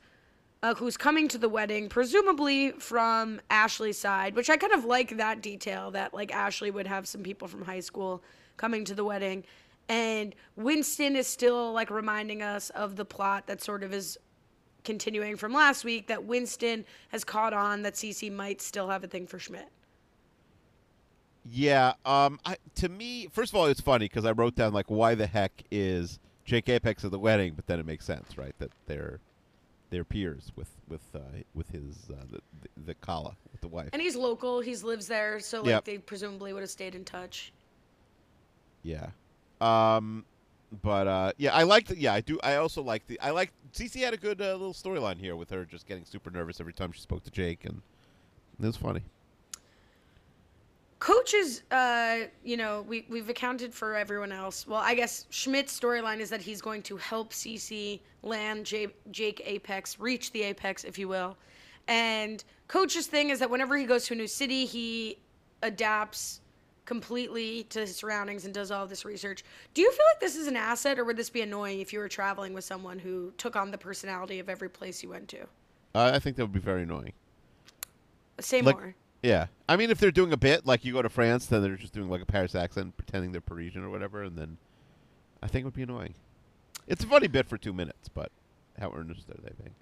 Speaker 2: uh, who's coming to the wedding, presumably from Ashley's side. Which I kind of like that detail that like Ashley would have some people from high school coming to the wedding. And Winston is still like reminding us of the plot that sort of is continuing from last week that Winston has caught on that CC might still have a thing for Schmidt.
Speaker 3: Yeah. Um. I, to me, first of all, it's funny because I wrote down like, why the heck is Jake Apex at the wedding? But then it makes sense, right? That they're they're peers with with uh, with his uh, the the, the Kala with the wife.
Speaker 2: And he's local, he's lives there, so like
Speaker 3: Yep.
Speaker 2: they presumably would have stayed in touch.
Speaker 3: yeah. Um. but uh, yeah, I like the yeah, I do. I also like the I like CC had a good uh, little storyline here with her just getting super nervous every time she spoke to Jake, and it was funny.
Speaker 2: Coaches, uh, you know, we, we've accounted for everyone else. Well, I guess Schmidt's storyline is that he's going to help CC land J- Jake Apex, reach the Apex, if you will. And Coach's thing is that whenever he goes to a new city, he adapts completely to his surroundings and does all this research. Do you feel like this is an asset, or would this be annoying if you were traveling with someone who took on the personality of every place you went to?
Speaker 3: Uh, I think that would be very annoying.
Speaker 2: Say
Speaker 3: Like,
Speaker 2: more.
Speaker 3: yeah, I mean, if they're doing a bit like you go to France, then they're just doing like a Paris accent, pretending they're Parisian or whatever, and then I think it would be annoying. It's a funny bit for two minutes, but how earnest are they being?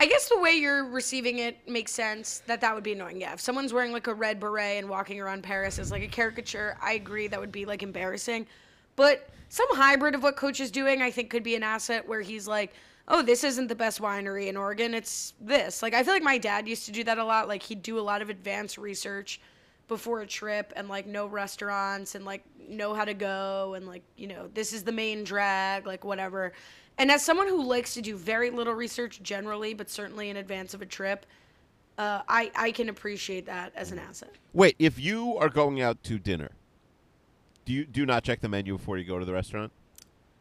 Speaker 2: I guess the way you're receiving it makes sense that that would be annoying. Yeah, if someone's wearing like a red beret and walking around Paris is like a caricature, I agree that would be like embarrassing. But some hybrid of what coach is doing, I think could be an asset where he's like, "Oh, this isn't the best winery in Oregon. It's this." Like I feel like my dad used to do that a lot. Like he'd do a lot of advanced research before a trip and like know restaurants and like know how to go and like you know this is the main drag like whatever and as someone who likes to do very little research generally but certainly in advance of a trip uh, I, I can appreciate that as an asset
Speaker 3: Wait, if you are going out to dinner, do you do you not check the menu before you go to the restaurant?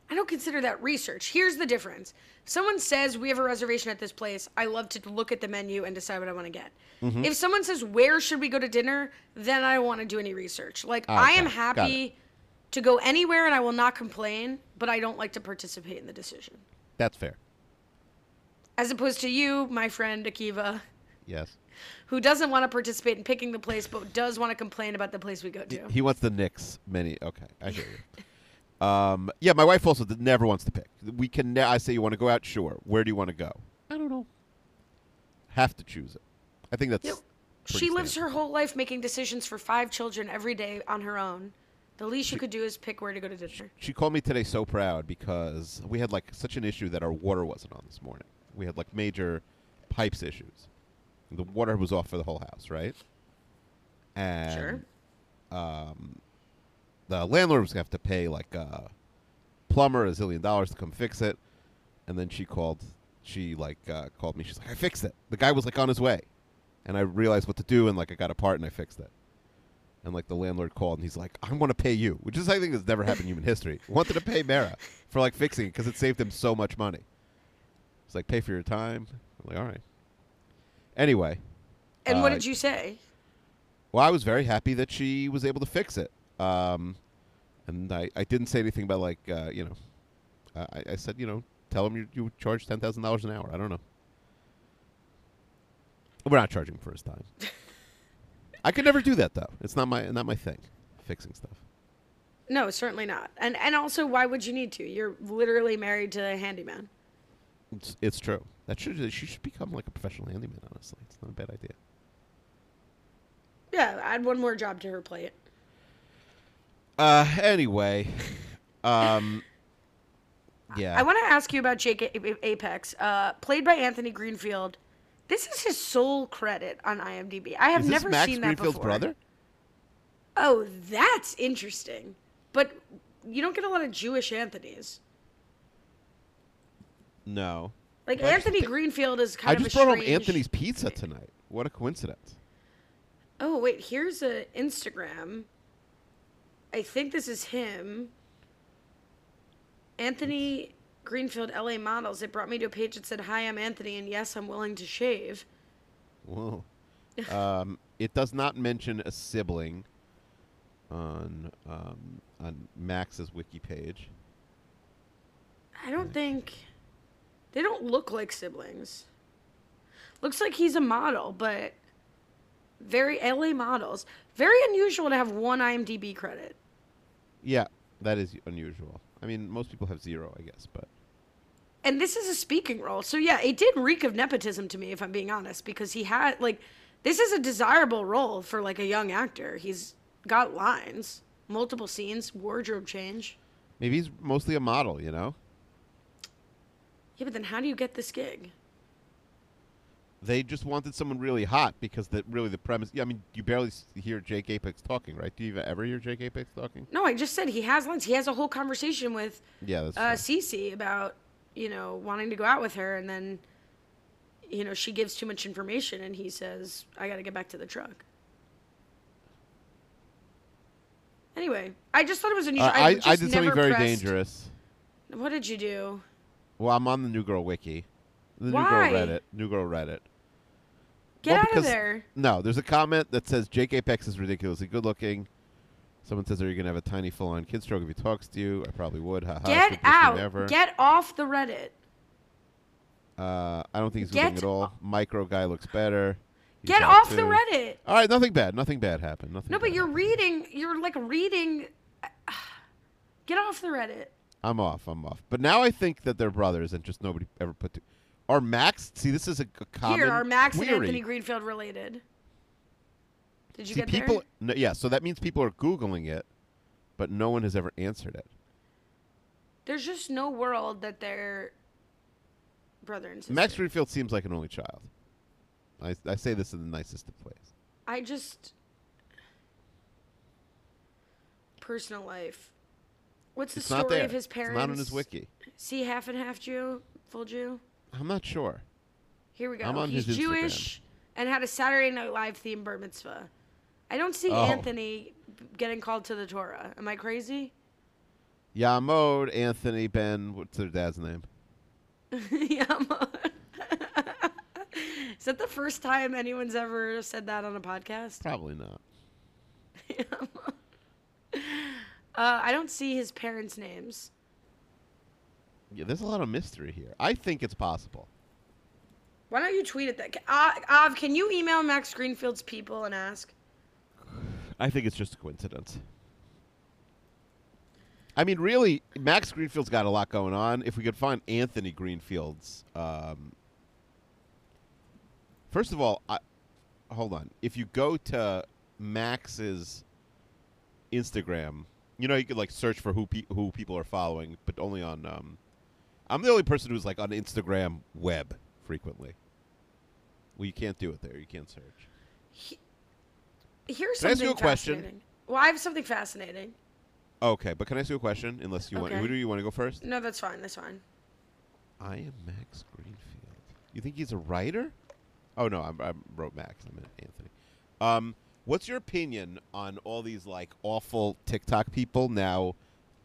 Speaker 2: I don't consider that research. Here's the difference. If someone says we have a reservation at this place, I love to look at the menu and decide what I want to get.
Speaker 3: Mm-hmm.
Speaker 2: If someone says where should we go to dinner, then I don't want to do any research. Like I am
Speaker 3: Ah, okay. Got it.
Speaker 2: happy to go anywhere and I will not complain, but I don't like to participate in the decision.
Speaker 3: That's fair.
Speaker 2: As opposed to you, my friend Akiva,
Speaker 3: Yes.
Speaker 2: who doesn't want to participate in picking the place but does want to complain about the place we go to.
Speaker 3: He wants the Knicks many. Okay, I hear you. (laughs) um, yeah, my wife also d- never wants to pick. We can. Ne- I say you want to go out. Sure. Where do you want to go? I don't know. Have to choose it. I think that's.
Speaker 2: You know,
Speaker 3: pretty
Speaker 2: she lives her
Speaker 3: standard.
Speaker 2: whole life making decisions for five children every day on her own. The least you could do is pick where to go to dinner.
Speaker 3: She called me today so proud because we had like such an issue that our water wasn't on this morning. We had like major pipes issues. The water was off for the whole house, right? And
Speaker 2: Sure.
Speaker 3: the landlord was gonna have to pay like a plumber a zillion dollars to come fix it, and then she called. She like uh, called me. She's like, "I fixed it." The guy was like on his way, and I realized what to do, and like I got a part and I fixed it. And like the landlord called and he's like, "I want to pay you," which is I think has never happened in human history. (laughs) Wanted to pay Mara for like fixing it because it saved him so much money. It's like pay for your time. I'm like, all right. Anyway,
Speaker 2: And what
Speaker 3: uh,
Speaker 2: did you say?
Speaker 3: well, I was very happy that she was able to fix it. Um, and I, I didn't say anything about like uh, you know, I, I- I said you know tell them you you charge ten thousand dollars an hour. I don't know. We're not charging first
Speaker 2: (laughs)
Speaker 3: time. I could never do that though. It's not my not my thing, fixing stuff.
Speaker 2: No, certainly not. And and also, why would you need to? You're literally married to a handyman.
Speaker 3: It's, it's true. That should she should become like a professional handyman. Honestly, it's not a bad idea.
Speaker 2: Yeah, add one more job to her plate.
Speaker 3: Uh, anyway,
Speaker 2: (laughs)
Speaker 3: um, yeah.
Speaker 2: I want to ask you about Jake A- A- Apex, uh, played by Anthony Greenfield. This is his sole credit on IMDb. I have
Speaker 3: Is this
Speaker 2: never
Speaker 3: Max
Speaker 2: seen that
Speaker 3: Greenfield's
Speaker 2: before.
Speaker 3: brother?
Speaker 2: Oh, that's interesting. But you don't get a lot of Jewish Anthony's.
Speaker 3: No.
Speaker 2: Like
Speaker 3: Well, I just
Speaker 2: Anthony
Speaker 3: think-
Speaker 2: Greenfield is kind
Speaker 3: I
Speaker 2: of
Speaker 3: just
Speaker 2: a
Speaker 3: brought home
Speaker 2: strange-
Speaker 3: Anthony's Pizza tonight. What a coincidence!
Speaker 2: Oh wait, here's a Instagram. I think this is him. Anthony Greenfield LA models. It brought me to a page that said, "Hi, I'm Anthony, and yes, I'm willing to shave." (laughs)
Speaker 3: Whoa. um, it does not mention a sibling on um, on Max's wiki page.
Speaker 2: I
Speaker 3: Hmm.
Speaker 2: don't think they don't look like siblings. Looks like he's a model, but very LA models. Very unusual to have one IMDb credit.
Speaker 3: Yeah, that is unusual. I mean, most people have zero, I guess, but
Speaker 2: and this is a speaking role. So yeah, it did reek of nepotism to me, if I'm being honest, because he had like this is a desirable role for like a young actor. He's got lines, multiple scenes, wardrobe change.
Speaker 3: maybe he's mostly a model. You know,
Speaker 2: Yeah, but then how do you get this gig?
Speaker 3: They just wanted someone really hot because that really the premise. Yeah, I mean, you barely s- hear Jake Apex talking, right? Do you even ever hear Jake Apex talking?
Speaker 2: No, I just said he has lines. He has a whole conversation with
Speaker 3: Yeah, that's
Speaker 2: uh,
Speaker 3: true.
Speaker 2: Cece about you know wanting to go out with her, and then you know she gives too much information, and he says, "I got to get back to the truck." Anyway, I just thought it was unusual.
Speaker 3: Uh, I,
Speaker 2: just
Speaker 3: I did something
Speaker 2: never
Speaker 3: very
Speaker 2: pressed-
Speaker 3: dangerous.
Speaker 2: What did you do?
Speaker 3: Well, I'm on the New Girl Wiki. The
Speaker 2: Why?
Speaker 3: New Girl Reddit. New Girl Reddit.
Speaker 2: Get
Speaker 3: well,
Speaker 2: out
Speaker 3: because,
Speaker 2: of there.
Speaker 3: No, there's a comment that says Jake Apex is ridiculously good looking. Someone says, "Are you gonna have a tiny full-on kid stroke if he talks to you?" I probably would. Ha ha.
Speaker 2: Get
Speaker 3: stupidest thing
Speaker 2: out.
Speaker 3: Ever.
Speaker 2: Get off the Reddit.
Speaker 3: uh, I don't think he's good looking
Speaker 2: Get
Speaker 3: at all. Micro guy looks better. He's
Speaker 2: Get
Speaker 3: hot
Speaker 2: off the
Speaker 3: too.
Speaker 2: Reddit.
Speaker 3: All right, nothing bad. Nothing bad happened. Nothing.
Speaker 2: No, but
Speaker 3: bad.
Speaker 2: you're reading. You're like reading. uh, (sighs) Get off the Reddit.
Speaker 3: I'm off. I'm off. But now I think that they're brothers, and just nobody ever put. To- are Max? See, this is a, a common.
Speaker 2: Here are Max
Speaker 3: query.
Speaker 2: and Anthony Greenfield related. Did you
Speaker 3: See,
Speaker 2: get
Speaker 3: people.
Speaker 2: there?
Speaker 3: No, yeah, so that means people are googling it, but no one has ever answered it.
Speaker 2: There's just no world that they're brother and sister.
Speaker 3: Max Greenfield seems like an only child. I, I say this in the nicest of ways.
Speaker 2: I just personal life. What's the
Speaker 3: it's
Speaker 2: story
Speaker 3: not there.
Speaker 2: of his parents?
Speaker 3: It's not on his wiki.
Speaker 2: See, half and half Jew, full Jew.
Speaker 3: I'm not sure.
Speaker 2: Here we go.
Speaker 3: I'm on
Speaker 2: He's
Speaker 3: his Instagram.
Speaker 2: Jewish and had a Saturday Night Live themed bar mitzvah. I don't see
Speaker 3: Oh.
Speaker 2: Anthony getting called to the Torah. Am I crazy?
Speaker 3: Yamod, Anthony, Ben. What's their dad's name?
Speaker 2: (laughs) yeah. I'm- Is that the first time anyone's ever said that on a podcast? (laughs) Uh,
Speaker 3: Probably not.
Speaker 2: Uh, I don't see his parents' names.
Speaker 3: Yeah, there's a lot of mystery here. I think it's possible.
Speaker 2: Why don't you tweet at that? Uh, Av, can you email Max Greenfield's people and ask?
Speaker 3: I think it's just a coincidence. I mean, really, Max Greenfield's got a lot going on. If we could find Anthony Greenfield's, um, first of all, I, hold on. If you go to Max's Instagram, you know you could like search for who pe- who people are following, but only on. Um, I'm the only person who's like on Instagram web frequently. Well, you can't do it there. You can't search.
Speaker 2: Here's
Speaker 3: Can I ask
Speaker 2: something
Speaker 3: you a question?
Speaker 2: fascinating. Well, I have something fascinating.
Speaker 3: Okay, but can I ask you a question? Unless you want,
Speaker 2: Okay.
Speaker 3: who do you want to go first?
Speaker 2: No, that's fine. That's fine.
Speaker 3: I am Max Greenfield. You think he's a writer? Oh no, I'm, I wrote Max. I meant Anthony. Um, what's your opinion on all these like awful TikTok people now?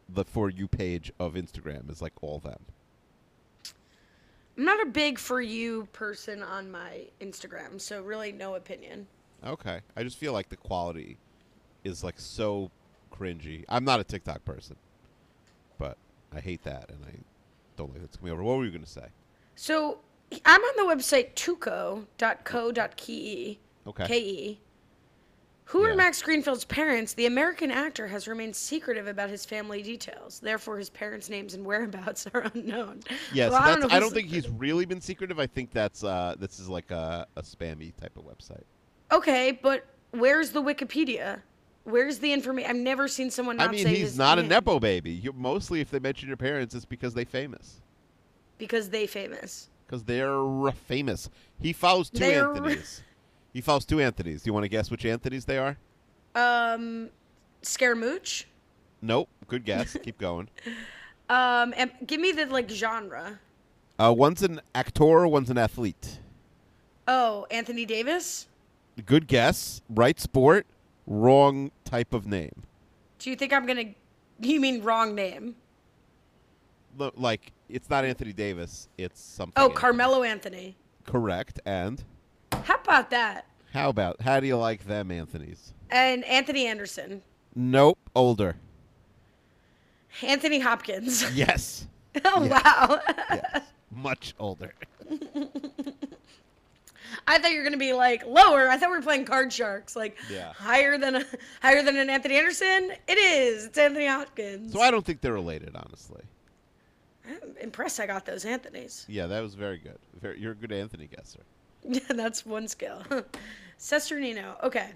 Speaker 3: The for you page of Instagram is like all them.
Speaker 2: I'm not a big for you person on my Instagram, so really no opinion.
Speaker 3: Okay, I just feel like the quality is like so cringy. I'm not a TikTok person, but I hate that, and I don't like that's coming over. What were you gonna say?
Speaker 2: So I'm on the website tuco.co.ke.
Speaker 3: Okay.
Speaker 2: K-E. E. Who
Speaker 3: Yeah.
Speaker 2: are Max Greenfield's parents? The American actor has remained secretive about his family details. Therefore, his parents' names and whereabouts are unknown.
Speaker 3: Yes,
Speaker 2: Well,
Speaker 3: that's, I, don't
Speaker 2: who's-
Speaker 3: think he's really been secretive. I think that's uh, this is like a, a spammy type of website.
Speaker 2: Okay, but where's the Wikipedia? Where's the information? I've never seen someone not
Speaker 3: I mean,
Speaker 2: say
Speaker 3: he's
Speaker 2: his
Speaker 3: not a
Speaker 2: name
Speaker 3: nepo baby. You, mostly, if they mention your parents, it's because they famous,
Speaker 2: because they famous.
Speaker 3: because they're famous. He follows 2
Speaker 2: They're-
Speaker 3: Anthony's. He follows two Anthony's. Do you want to guess which Anthony's they are?
Speaker 2: Um, Scaramouche.
Speaker 3: Nope.
Speaker 2: (laughs)
Speaker 3: Good guess. Keep going.
Speaker 2: Um, and give me the like genre.
Speaker 3: Uh, one's an actor. One's an athlete.
Speaker 2: Oh, Anthony Davis.
Speaker 3: Good guess. Right sport. Wrong type of name.
Speaker 2: Do you think I'm gonna? You mean wrong name?
Speaker 3: Lo- Like it's not Anthony Davis. It's something.
Speaker 2: Oh,
Speaker 3: Anthony.
Speaker 2: Carmelo Anthony.
Speaker 3: Correct. And.
Speaker 2: How about that?
Speaker 3: How about how do you like them, Anthony's?
Speaker 2: And Anthony Anderson,
Speaker 3: Nope, older.
Speaker 2: Anthony Hopkins. (laughs)
Speaker 3: (laughs) Yes,
Speaker 2: oh wow! (laughs)
Speaker 3: yes, much older.
Speaker 2: I thought you were gonna be like lower. I thought we were playing Card Sharks, like
Speaker 3: Yeah.
Speaker 2: higher than a, higher than an Anthony Anderson. It is. It's Anthony Hopkins.
Speaker 3: So I don't think they're related, honestly.
Speaker 2: I'm impressed. I got those Anthonys.
Speaker 3: Yeah, that was very good. Very, you're a good Anthony guesser.
Speaker 2: Yeah, (laughs) that's one skill. Cesternino. Okay.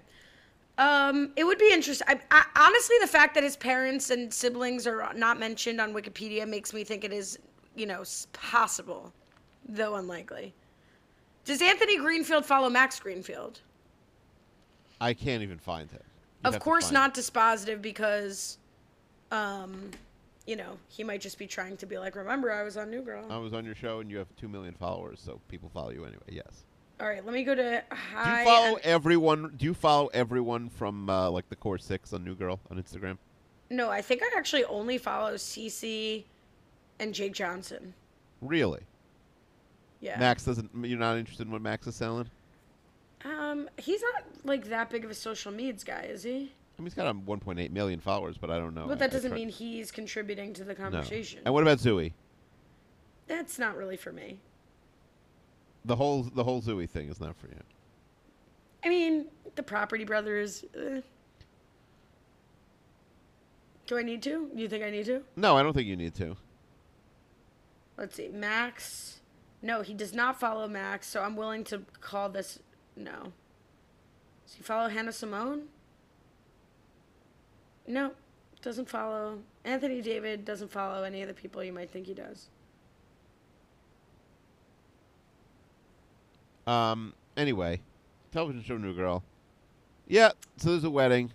Speaker 2: Um, it would be interesting. I, I, honestly, the fact that his parents and siblings are not mentioned on Wikipedia makes me think it is, you know, s- possible, though unlikely. Does Anthony Greenfield follow Max Greenfield?
Speaker 3: I can't even find him. You'd have
Speaker 2: of
Speaker 3: to
Speaker 2: course
Speaker 3: find
Speaker 2: not dispositive because, um, you know, he might just be trying to be like, remember I was on New Girl.
Speaker 3: him. I was on your show and you have two million followers, so people follow you anyway. Yes.
Speaker 2: All right, let me go to
Speaker 3: Do
Speaker 2: hi.
Speaker 3: you follow everyone? Do you follow everyone from uh, like the core six on New Girl on Instagram?
Speaker 2: no, I think I actually only follow Cece and Jake Johnson.
Speaker 3: Really?
Speaker 2: Yeah.
Speaker 3: Max doesn't. You're not interested in what Max is selling?
Speaker 2: Um, he's not like that big of a social meds guy, is he?
Speaker 3: I mean, he's got um, 1.8 million followers, but I don't know.
Speaker 2: But
Speaker 3: I- I
Speaker 2: that doesn't
Speaker 3: tried-
Speaker 2: mean he's contributing to the
Speaker 3: no.
Speaker 2: conversation.
Speaker 3: And what about Zooey?
Speaker 2: That's not really for me.
Speaker 3: The whole the whole Zooey thing is not for you.
Speaker 2: I mean, the Property Brothers. eh. Do I need to? You think I need to?
Speaker 3: No, I don't think you need to.
Speaker 2: Let's see. Max. No, he does not follow Max, so I'm willing to call this no. Does he follow Hannah Simone? No, doesn't follow. Anthony David doesn't follow any of the people you might think he does.
Speaker 3: Um. Anyway, television show New Girl. Yeah. So there's
Speaker 2: (laughs)
Speaker 3: a wedding.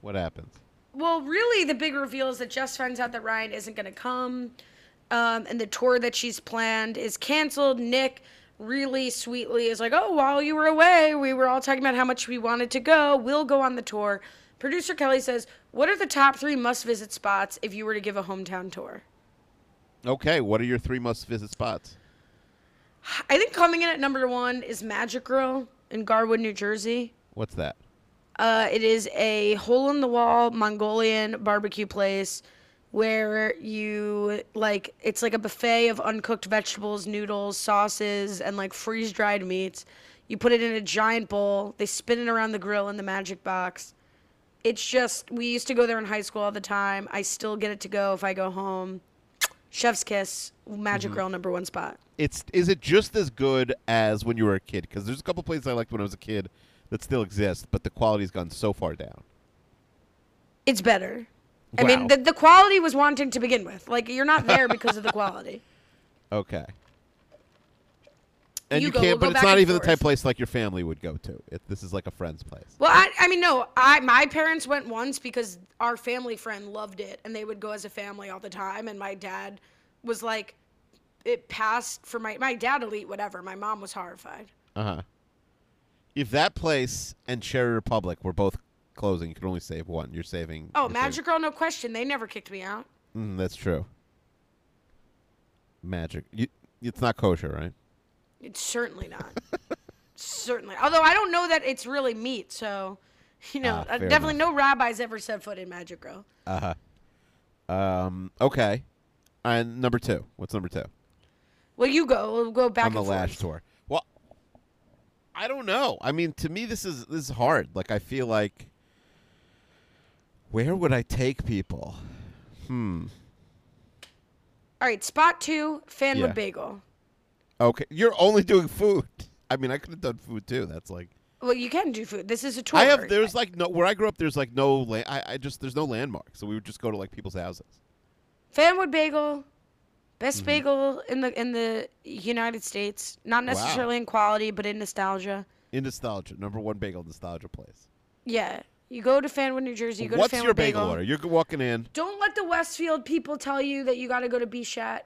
Speaker 3: what happens?
Speaker 2: Well, really, the big reveal is that Jess finds out that Ryan isn't going to come, um, and the tour that she's planned is canceled. Nick really sweetly is like, "Oh, while you were away, we were all talking about how much we wanted to go. We'll go on the tour." Producer Kelly says, "What are the top three must-visit spots if you were to give a hometown tour?"
Speaker 3: Okay. What are your three must visit spots?
Speaker 2: I think coming in at number one is Magic Grill in Garwood, New Jersey.
Speaker 3: What's that?
Speaker 2: Uh, it is a hole in the wall Mongolian barbecue place where you like it's like a buffet of uncooked vegetables, noodles, sauces, and like freeze dried meats. You put it in a giant bowl. They spin it around the grill in the magic box. It's just we used to go there in high school all the time. I still get it to go if I go home. Chef's kiss, magic grill number one spot.
Speaker 3: It's is it just as good as when you were a kid? Because there's a couple places I liked when I was a kid that still exist, but the quality's gone so far down.
Speaker 2: It's better. I
Speaker 3: Wow.
Speaker 2: mean, the, the quality was wanting to begin with. Like you're not there because of the quality.
Speaker 3: Okay. And
Speaker 2: You
Speaker 3: you,
Speaker 2: go,
Speaker 3: can't,
Speaker 2: we'll go
Speaker 3: but it's
Speaker 2: back
Speaker 3: not
Speaker 2: and
Speaker 3: even the type
Speaker 2: forth.
Speaker 3: of place like your family would go to. It, this is like a friend's place.
Speaker 2: Well, I, I mean, no, I my parents went once because our family friend loved it, and they would go as a family all the time. And my dad was like, it passed for my my dad will eat whatever. My mom was horrified.
Speaker 3: Uh huh. If that place and Cherry Republic were both closing, you could only save one. You're saving.
Speaker 2: Oh,
Speaker 3: you're
Speaker 2: Magic Girl, no question. They never kicked me out.
Speaker 3: Saving, mm, that's true. Magic. You, it's not kosher, right?
Speaker 2: It's certainly not. certainly. Although I don't know that it's really meat, so (laughs) you know,
Speaker 3: Ah,
Speaker 2: uh,
Speaker 3: fair
Speaker 2: definitely no rabbis ever set foot in Magic Girl.
Speaker 3: Uh huh. Um. Okay. And number two. What's number two?
Speaker 2: Well, you go. We'll go back
Speaker 3: on the
Speaker 2: and forth.
Speaker 3: Lash tour. Well, I don't know. I mean, to me, this is this is hard. Like, I feel like where would I take people? Hmm.
Speaker 2: All right, spot two, Fanwood
Speaker 3: Yeah.
Speaker 2: Bagel.
Speaker 3: Okay, you're only doing food. (laughs) I mean, I could have done food too. That's like
Speaker 2: Well, you can do food. This is a tour.
Speaker 3: I have. There's like no where I grew up. There's like no. La- I, I just there's no landmarks. So we would just go to like people's houses.
Speaker 2: Fanwood Bagel,
Speaker 3: Mm-hmm.
Speaker 2: best bagel in the in the United States. Not necessarily in quality, but in nostalgia.
Speaker 3: In nostalgia, number one bagel nostalgia place.
Speaker 2: Yeah, you go to Fanwood, New Jersey. You go
Speaker 3: What's
Speaker 2: to Fanwood
Speaker 3: your bagel, order? You're walking in.
Speaker 2: Don't let the Westfield people tell you that you got to go to Bichat.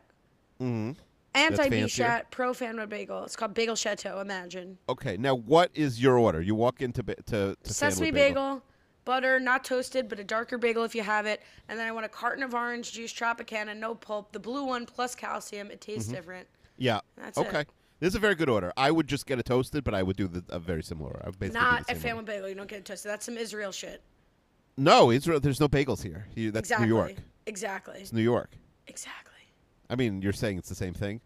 Speaker 3: Mm-hmm.
Speaker 2: Anti
Speaker 3: fancier.
Speaker 2: Bichat, pro Fanwood Bagel. It's called Bagel Chateau. Imagine
Speaker 3: Okay, now what is your order? You walk into ba- to, to
Speaker 2: sesame
Speaker 3: Fanwood
Speaker 2: bagel. butter, not toasted, but a darker bagel if you have it. And then I want a carton of orange juice, Tropicana, no pulp, the blue one plus calcium. It tastes
Speaker 3: Mm-hmm.
Speaker 2: different.
Speaker 3: Yeah.
Speaker 2: That's
Speaker 3: okay.
Speaker 2: it.
Speaker 3: This is a very good order. I would just get it toasted, but I would do the, a very similar. order. I would basically do
Speaker 2: Not
Speaker 3: the
Speaker 2: at
Speaker 3: same order.
Speaker 2: Fanwood Bagel. You don't get it toasted. That's some Israel shit.
Speaker 3: No, Israel. There's no bagels here. You- that's
Speaker 2: Exactly.
Speaker 3: New York.
Speaker 2: Exactly.
Speaker 3: It's New York.
Speaker 2: Exactly.
Speaker 3: I mean, you're saying it's the same thing.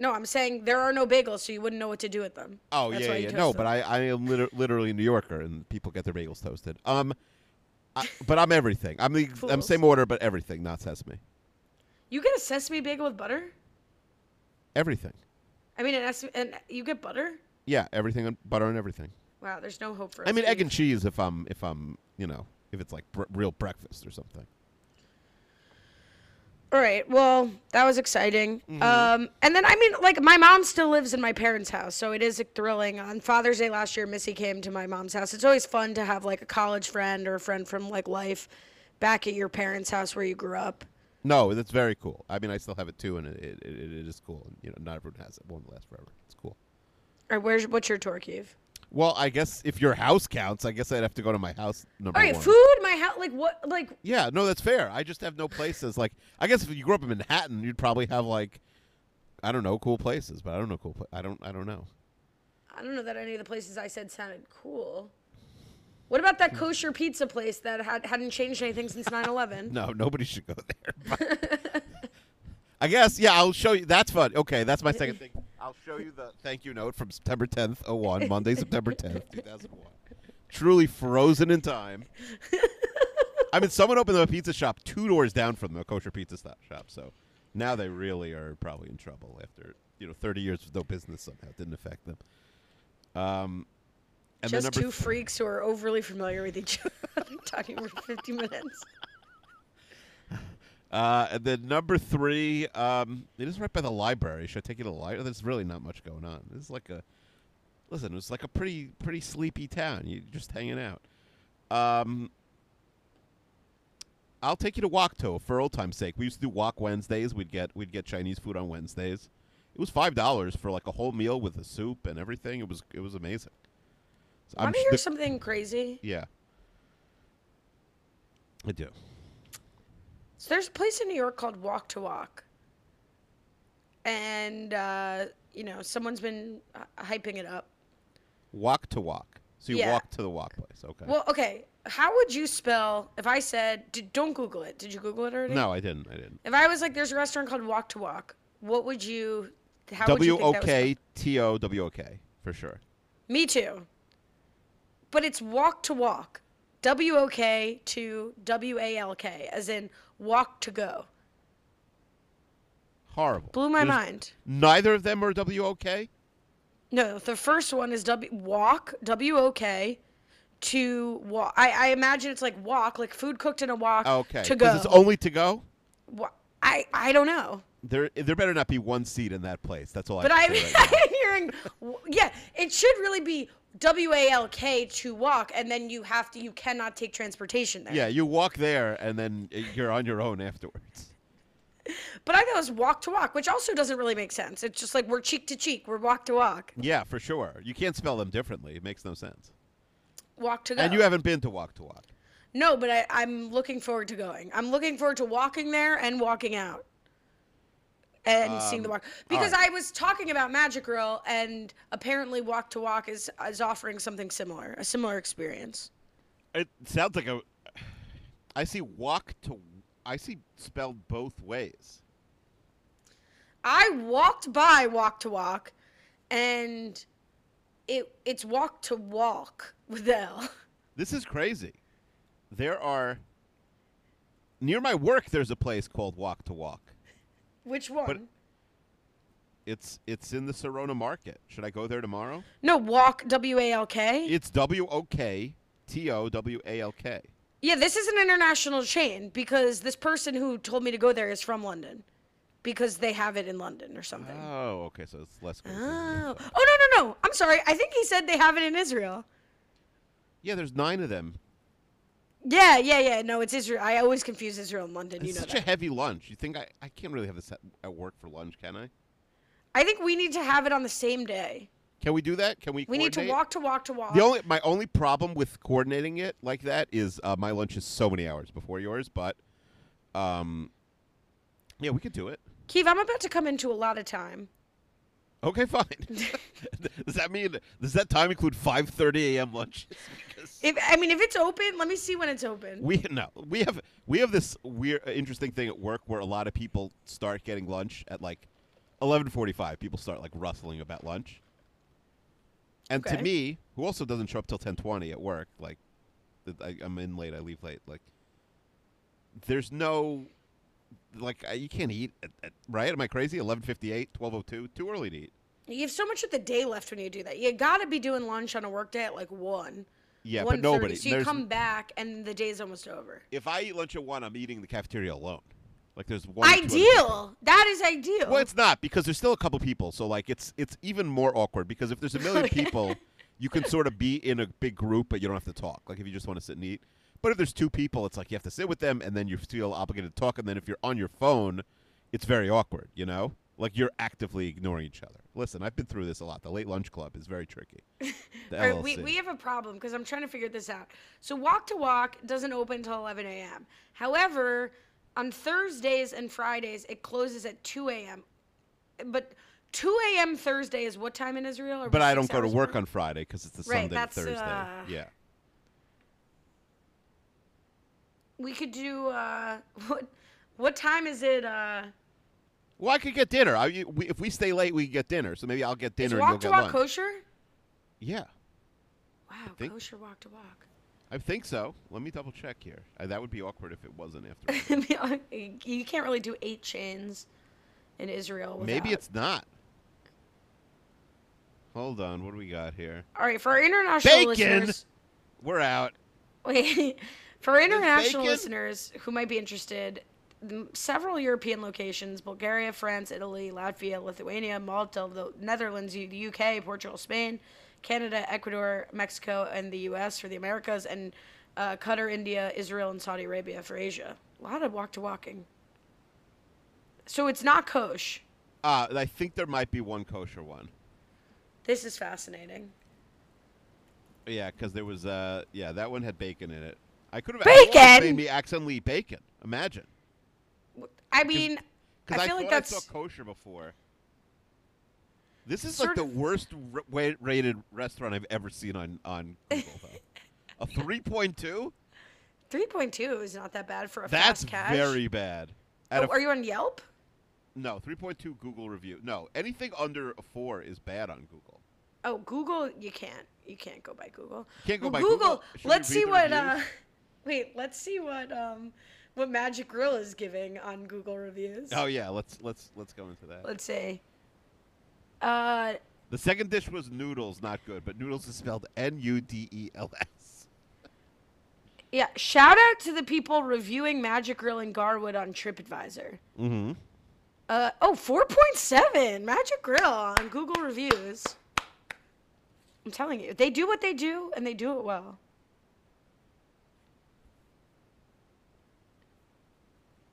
Speaker 2: No, I'm saying there are no bagels, so you wouldn't know what to do with them.
Speaker 3: Oh
Speaker 2: That's
Speaker 3: yeah,
Speaker 2: why you
Speaker 3: yeah.
Speaker 2: toast
Speaker 3: No,
Speaker 2: them.
Speaker 3: but I, I am liter- literally a New Yorker, and people get their bagels toasted. Um, I, but I'm everything. I'm the I'm
Speaker 2: Fools.
Speaker 3: same order, but everything, not sesame.
Speaker 2: you get a sesame bagel with butter.
Speaker 3: Everything.
Speaker 2: I mean, an es- and you get butter.
Speaker 3: Yeah, everything on butter and everything.
Speaker 2: Wow, there's no hope for us.
Speaker 3: I mean, egg
Speaker 2: Steve.
Speaker 3: and cheese if I'm if I'm you know if it's like br- real breakfast or something.
Speaker 2: All right. Well, that was exciting.
Speaker 3: Mm-hmm.
Speaker 2: Um, and then I mean, like my mom still lives in my parents' house, so it is thrilling. On Father's Day last year, Missy came to my mom's house. It's always fun to have like a college friend or a friend from like life back at your parents' house where you grew up.
Speaker 3: No, that's very cool. I mean, I still have it too, and it, it, it, it is cool. And you know, not everyone has it. It won't last forever. It's cool.
Speaker 2: Or where's what's your tour cave?
Speaker 3: Well, I guess if your house counts, I guess I'd have to go to my house number
Speaker 2: All right,
Speaker 3: one.
Speaker 2: food, my house, like what, like
Speaker 3: Yeah, no, that's fair. I just have no places. Like, I guess if you grew up in Manhattan, you'd probably have like, I don't know, cool places. But I don't know cool. Pla- I don't. I don't know.
Speaker 2: I don't know that any of the places I said sounded cool. What about that kosher pizza place that had, hadn't changed anything since 9/11?
Speaker 3: No, nobody should go there. (laughs) but- I guess. Yeah, I'll show you. That's fun. Okay, that's my second thing. I'll show you the thank you note from September 10th, 01, Monday, September 10th, 2001. Truly frozen in time. I mean, someone opened up a pizza shop two doors down from the kosher pizza sto- shop, so now they really are probably in trouble after you know 30 years with no business somehow It didn't affect them. Um, and then
Speaker 2: Just
Speaker 3: number
Speaker 2: two freaks who are overly familiar with each (laughs) other talking for 50 minutes.
Speaker 3: Uh, and then number three, um, it is right by the library. Should I take you to the library? There's really not much going on. This is like a, listen, it's like a pretty pretty sleepy town. You're just hanging out. Um, I'll take you to Wakto for old time's sake. We used to do Wok Wednesdays. We'd get we'd get Chinese food on Wednesdays. It was five dollars for like a whole meal with a soup and everything. It was it was amazing. So
Speaker 2: Want to
Speaker 3: sh-
Speaker 2: hear
Speaker 3: the-
Speaker 2: something crazy?
Speaker 3: yeah, I do.
Speaker 2: So there's a place in New York called Walk to Walk, and uh, you know someone's been uh, hyping it up.
Speaker 3: Walk to walk. So you
Speaker 2: Yeah.
Speaker 3: walk to the walk place. Okay.
Speaker 2: Well, okay. How would you spell if I said? Did, don't Google it. Did you Google it already?
Speaker 3: No, I didn't. I didn't.
Speaker 2: If I was like, there's a restaurant called Walk to Walk, what would you? How would you
Speaker 3: W
Speaker 2: think
Speaker 3: O
Speaker 2: that was
Speaker 3: K T O W O K for sure.
Speaker 2: spelled? Me too. But it's Walk to Walk, W O K to W A L K, as in walk to go.
Speaker 3: Horrible.
Speaker 2: Blew my
Speaker 3: There's-
Speaker 2: mind.
Speaker 3: Neither of them are W O K.
Speaker 2: No, the first one is W walk W O K to walk. I, I imagine it's like walk, like food cooked in a walk
Speaker 3: Oh, Okay.
Speaker 2: to
Speaker 3: 'Cause
Speaker 2: go.
Speaker 3: It's only to go.
Speaker 2: Wa- I I don't know,
Speaker 3: There, there better not be one seat in that place. That's all.
Speaker 2: but
Speaker 3: I
Speaker 2: I'm,
Speaker 3: can say
Speaker 2: (laughs)
Speaker 3: right now.
Speaker 2: I'm hearing w- yeah, it should really be W A L K to walk, and then you have to you cannot take transportation there.
Speaker 3: Yeah, you walk there and then uh, you're on your own afterwards.
Speaker 2: But I thought it was walk to walk, which also doesn't really make sense. It's just like we're cheek to cheek, we're walk to walk,
Speaker 3: Yeah, for sure. You can't spell them differently. It makes no sense.
Speaker 2: walk to go.
Speaker 3: And you haven't been to Walk to Walk.
Speaker 2: no, but I, I'm looking forward to going. I'm looking forward to walking there and walking out. and
Speaker 3: Um,
Speaker 2: seeing the walk because I was talking about Magic Grill and apparently Walk to Walk is is offering something similar, a similar experience.
Speaker 3: It sounds like a. I see walk to. I see spelled both ways.
Speaker 2: I walked by Walk to Walk, and it it's Walk to Walk with L. (laughs)
Speaker 3: This is crazy. There are near my work. There's a place called Walk to Walk.
Speaker 2: Which one?
Speaker 3: It's it's in the Sorona Market. Should I go there tomorrow?
Speaker 2: no, Walk W A L K.
Speaker 3: It's W O K T O W A L K.
Speaker 2: Yeah, this is an international chain because this person who told me to go there is from London, because they have it in London or something.
Speaker 3: Oh, okay. So it's less. coincidence.
Speaker 2: oh, oh no no no! I'm sorry. I think he said they have it in Israel.
Speaker 3: Yeah, there's nine of them.
Speaker 2: Yeah, yeah, yeah. No, it's Israel. I always confuse Israel and London.
Speaker 3: It's
Speaker 2: you know
Speaker 3: such
Speaker 2: that.
Speaker 3: a heavy lunch. You think I, I can't really have this at, at work for lunch, can I?
Speaker 2: I think we need to have it on the same day.
Speaker 3: Can we do that? Can we?
Speaker 2: We need to
Speaker 3: coordinate?
Speaker 2: walk to walk to walk.
Speaker 3: The only my only problem with coordinating it like that is uh, my lunch is so many hours before yours, but um, yeah, we could do it.
Speaker 2: Keith, I'm about to come into a lot of time.
Speaker 3: Okay, (laughs) fine. does that mean does that time include five thirty a.m. lunch? Because
Speaker 2: If I mean, if it's open, let me see when it's open.
Speaker 3: we no, we have we have this weird uh, interesting thing at work where a lot of people start getting lunch at like eleven forty five. People start like rustling about lunch, and
Speaker 2: Okay.
Speaker 3: to me, who also doesn't show up till ten twenty at work, like that I, I'm in late, I leave late. Like there's no like I- you can't eat at, at, right? Am I crazy? 11:58, 12:02, too early to eat.
Speaker 2: you have so much of the day left when you do that. You gotta be doing lunch on a work day at like one.
Speaker 3: Yeah,
Speaker 2: 1:30.
Speaker 3: but nobody.
Speaker 2: So you
Speaker 3: there's-
Speaker 2: come back and the day's almost over.
Speaker 3: if I eat lunch at one, I'm eating in the cafeteria alone. Like Like there's one. or two other people.
Speaker 2: Ideal. That is ideal.
Speaker 3: Well, it's not because there's still a couple people, so like it's it's even more awkward because if there's a
Speaker 2: (laughs)
Speaker 3: million people, you can sort of be in a big group, but you don't have to talk. Like if you just want to sit and eat. But if there's two people, it's like you have to sit with them, and then you feel obligated to talk. And then if you're on your phone, it's very awkward. You know, like you're actively ignoring each other. Listen, I've been through this a lot. The late lunch club is
Speaker 2: (laughs)
Speaker 3: very tricky. The
Speaker 2: All right, we,
Speaker 3: LLC.
Speaker 2: we have a problem because I'm trying to figure this out. So Walk to Walk doesn't open until 11 a.m. However, on Thursdays and Fridays, it closes at 2 a.m. But 2 a.m. Thursday is what time in Israel? Or
Speaker 3: but
Speaker 2: about
Speaker 3: I don't
Speaker 2: six
Speaker 3: go to
Speaker 2: hours
Speaker 3: work
Speaker 2: before?
Speaker 3: on Friday because it's the
Speaker 2: Right,
Speaker 3: Sunday
Speaker 2: that's,
Speaker 3: to Thursday.
Speaker 2: uh,
Speaker 3: yeah.
Speaker 2: We could do uh, (laughs) what? What time is it? Uh,
Speaker 3: Well, I could get dinner. I, you- we, if we stay late, we could get dinner. So maybe I'll get
Speaker 2: is
Speaker 3: dinner and you'll
Speaker 2: Walk to
Speaker 3: get
Speaker 2: Walk
Speaker 3: lunch.
Speaker 2: kosher?
Speaker 3: Yeah.
Speaker 2: Wow,
Speaker 3: think-
Speaker 2: kosher Walk to Walk. (laughs)
Speaker 3: I think so. Let me double check here. Uh, that would be awkward if it wasn't
Speaker 2: (laughs)
Speaker 3: after.
Speaker 2: you can't really do eight chains in Israel. Without.
Speaker 3: Maybe it's not. Hold on. What do we got here?
Speaker 2: all right for our international
Speaker 3: Bacon!
Speaker 2: listeners.
Speaker 3: We're out.
Speaker 2: Wait, (laughs) for international
Speaker 3: bacon?
Speaker 2: listeners who might be interested, m- several European locations Bulgaria, France, Italy, Latvia, Lithuania, Malta, the Netherlands, U- the UK, Portugal, Spain, Canada, Ecuador, Mexico, and the US for the Americas, and uh, Qatar, India, Israel, and Saudi Arabia for Asia. A lot of walk to walking. So it's not kosh.
Speaker 3: Uh, I think there might be one kosher one.
Speaker 2: This is fascinating.
Speaker 3: Yeah, because there was. Uh, yeah, that one had bacon in it. I could have
Speaker 2: Bacon?
Speaker 3: made me accidentally eat bacon. Imagine.
Speaker 2: I mean,
Speaker 3: Because
Speaker 2: I
Speaker 3: I,
Speaker 2: feel
Speaker 3: thought
Speaker 2: like
Speaker 3: I
Speaker 2: that's.
Speaker 3: saw kosher before. This is
Speaker 2: Sort
Speaker 3: like the
Speaker 2: of-
Speaker 3: worst r- wa- rated restaurant I've ever seen on on Google.
Speaker 2: (laughs)
Speaker 3: Though. a three point two.
Speaker 2: 3.2 is not that bad for a
Speaker 3: That's
Speaker 2: fast cash.
Speaker 3: very bad. At
Speaker 2: Oh,
Speaker 3: a
Speaker 2: are you on Yelp?
Speaker 3: No, 3.2 Google review. No, anything under a 4 is bad on Google.
Speaker 2: Oh, Google, you can't. You can't go by Google.
Speaker 3: Can't go
Speaker 2: Well,
Speaker 3: by Google? Should we
Speaker 2: Let's
Speaker 3: read
Speaker 2: see
Speaker 3: the
Speaker 2: what. Uh, (laughs)
Speaker 3: reviews?
Speaker 2: wait, let's see what um, what Magic Grill is giving on Google reviews.
Speaker 3: Oh yeah, let's let's let's go into that.
Speaker 2: Let's see. Uh,
Speaker 3: The second dish was noodles, not good, but noodles is spelled N U D E L S.
Speaker 2: yeah. Shout out to the people reviewing Magic Grill and Garwood on TripAdvisor. Mm-hmm. Uh, oh, 4.7 Magic Grill on Google reviews. I'm telling you, they do what they do and they do it well.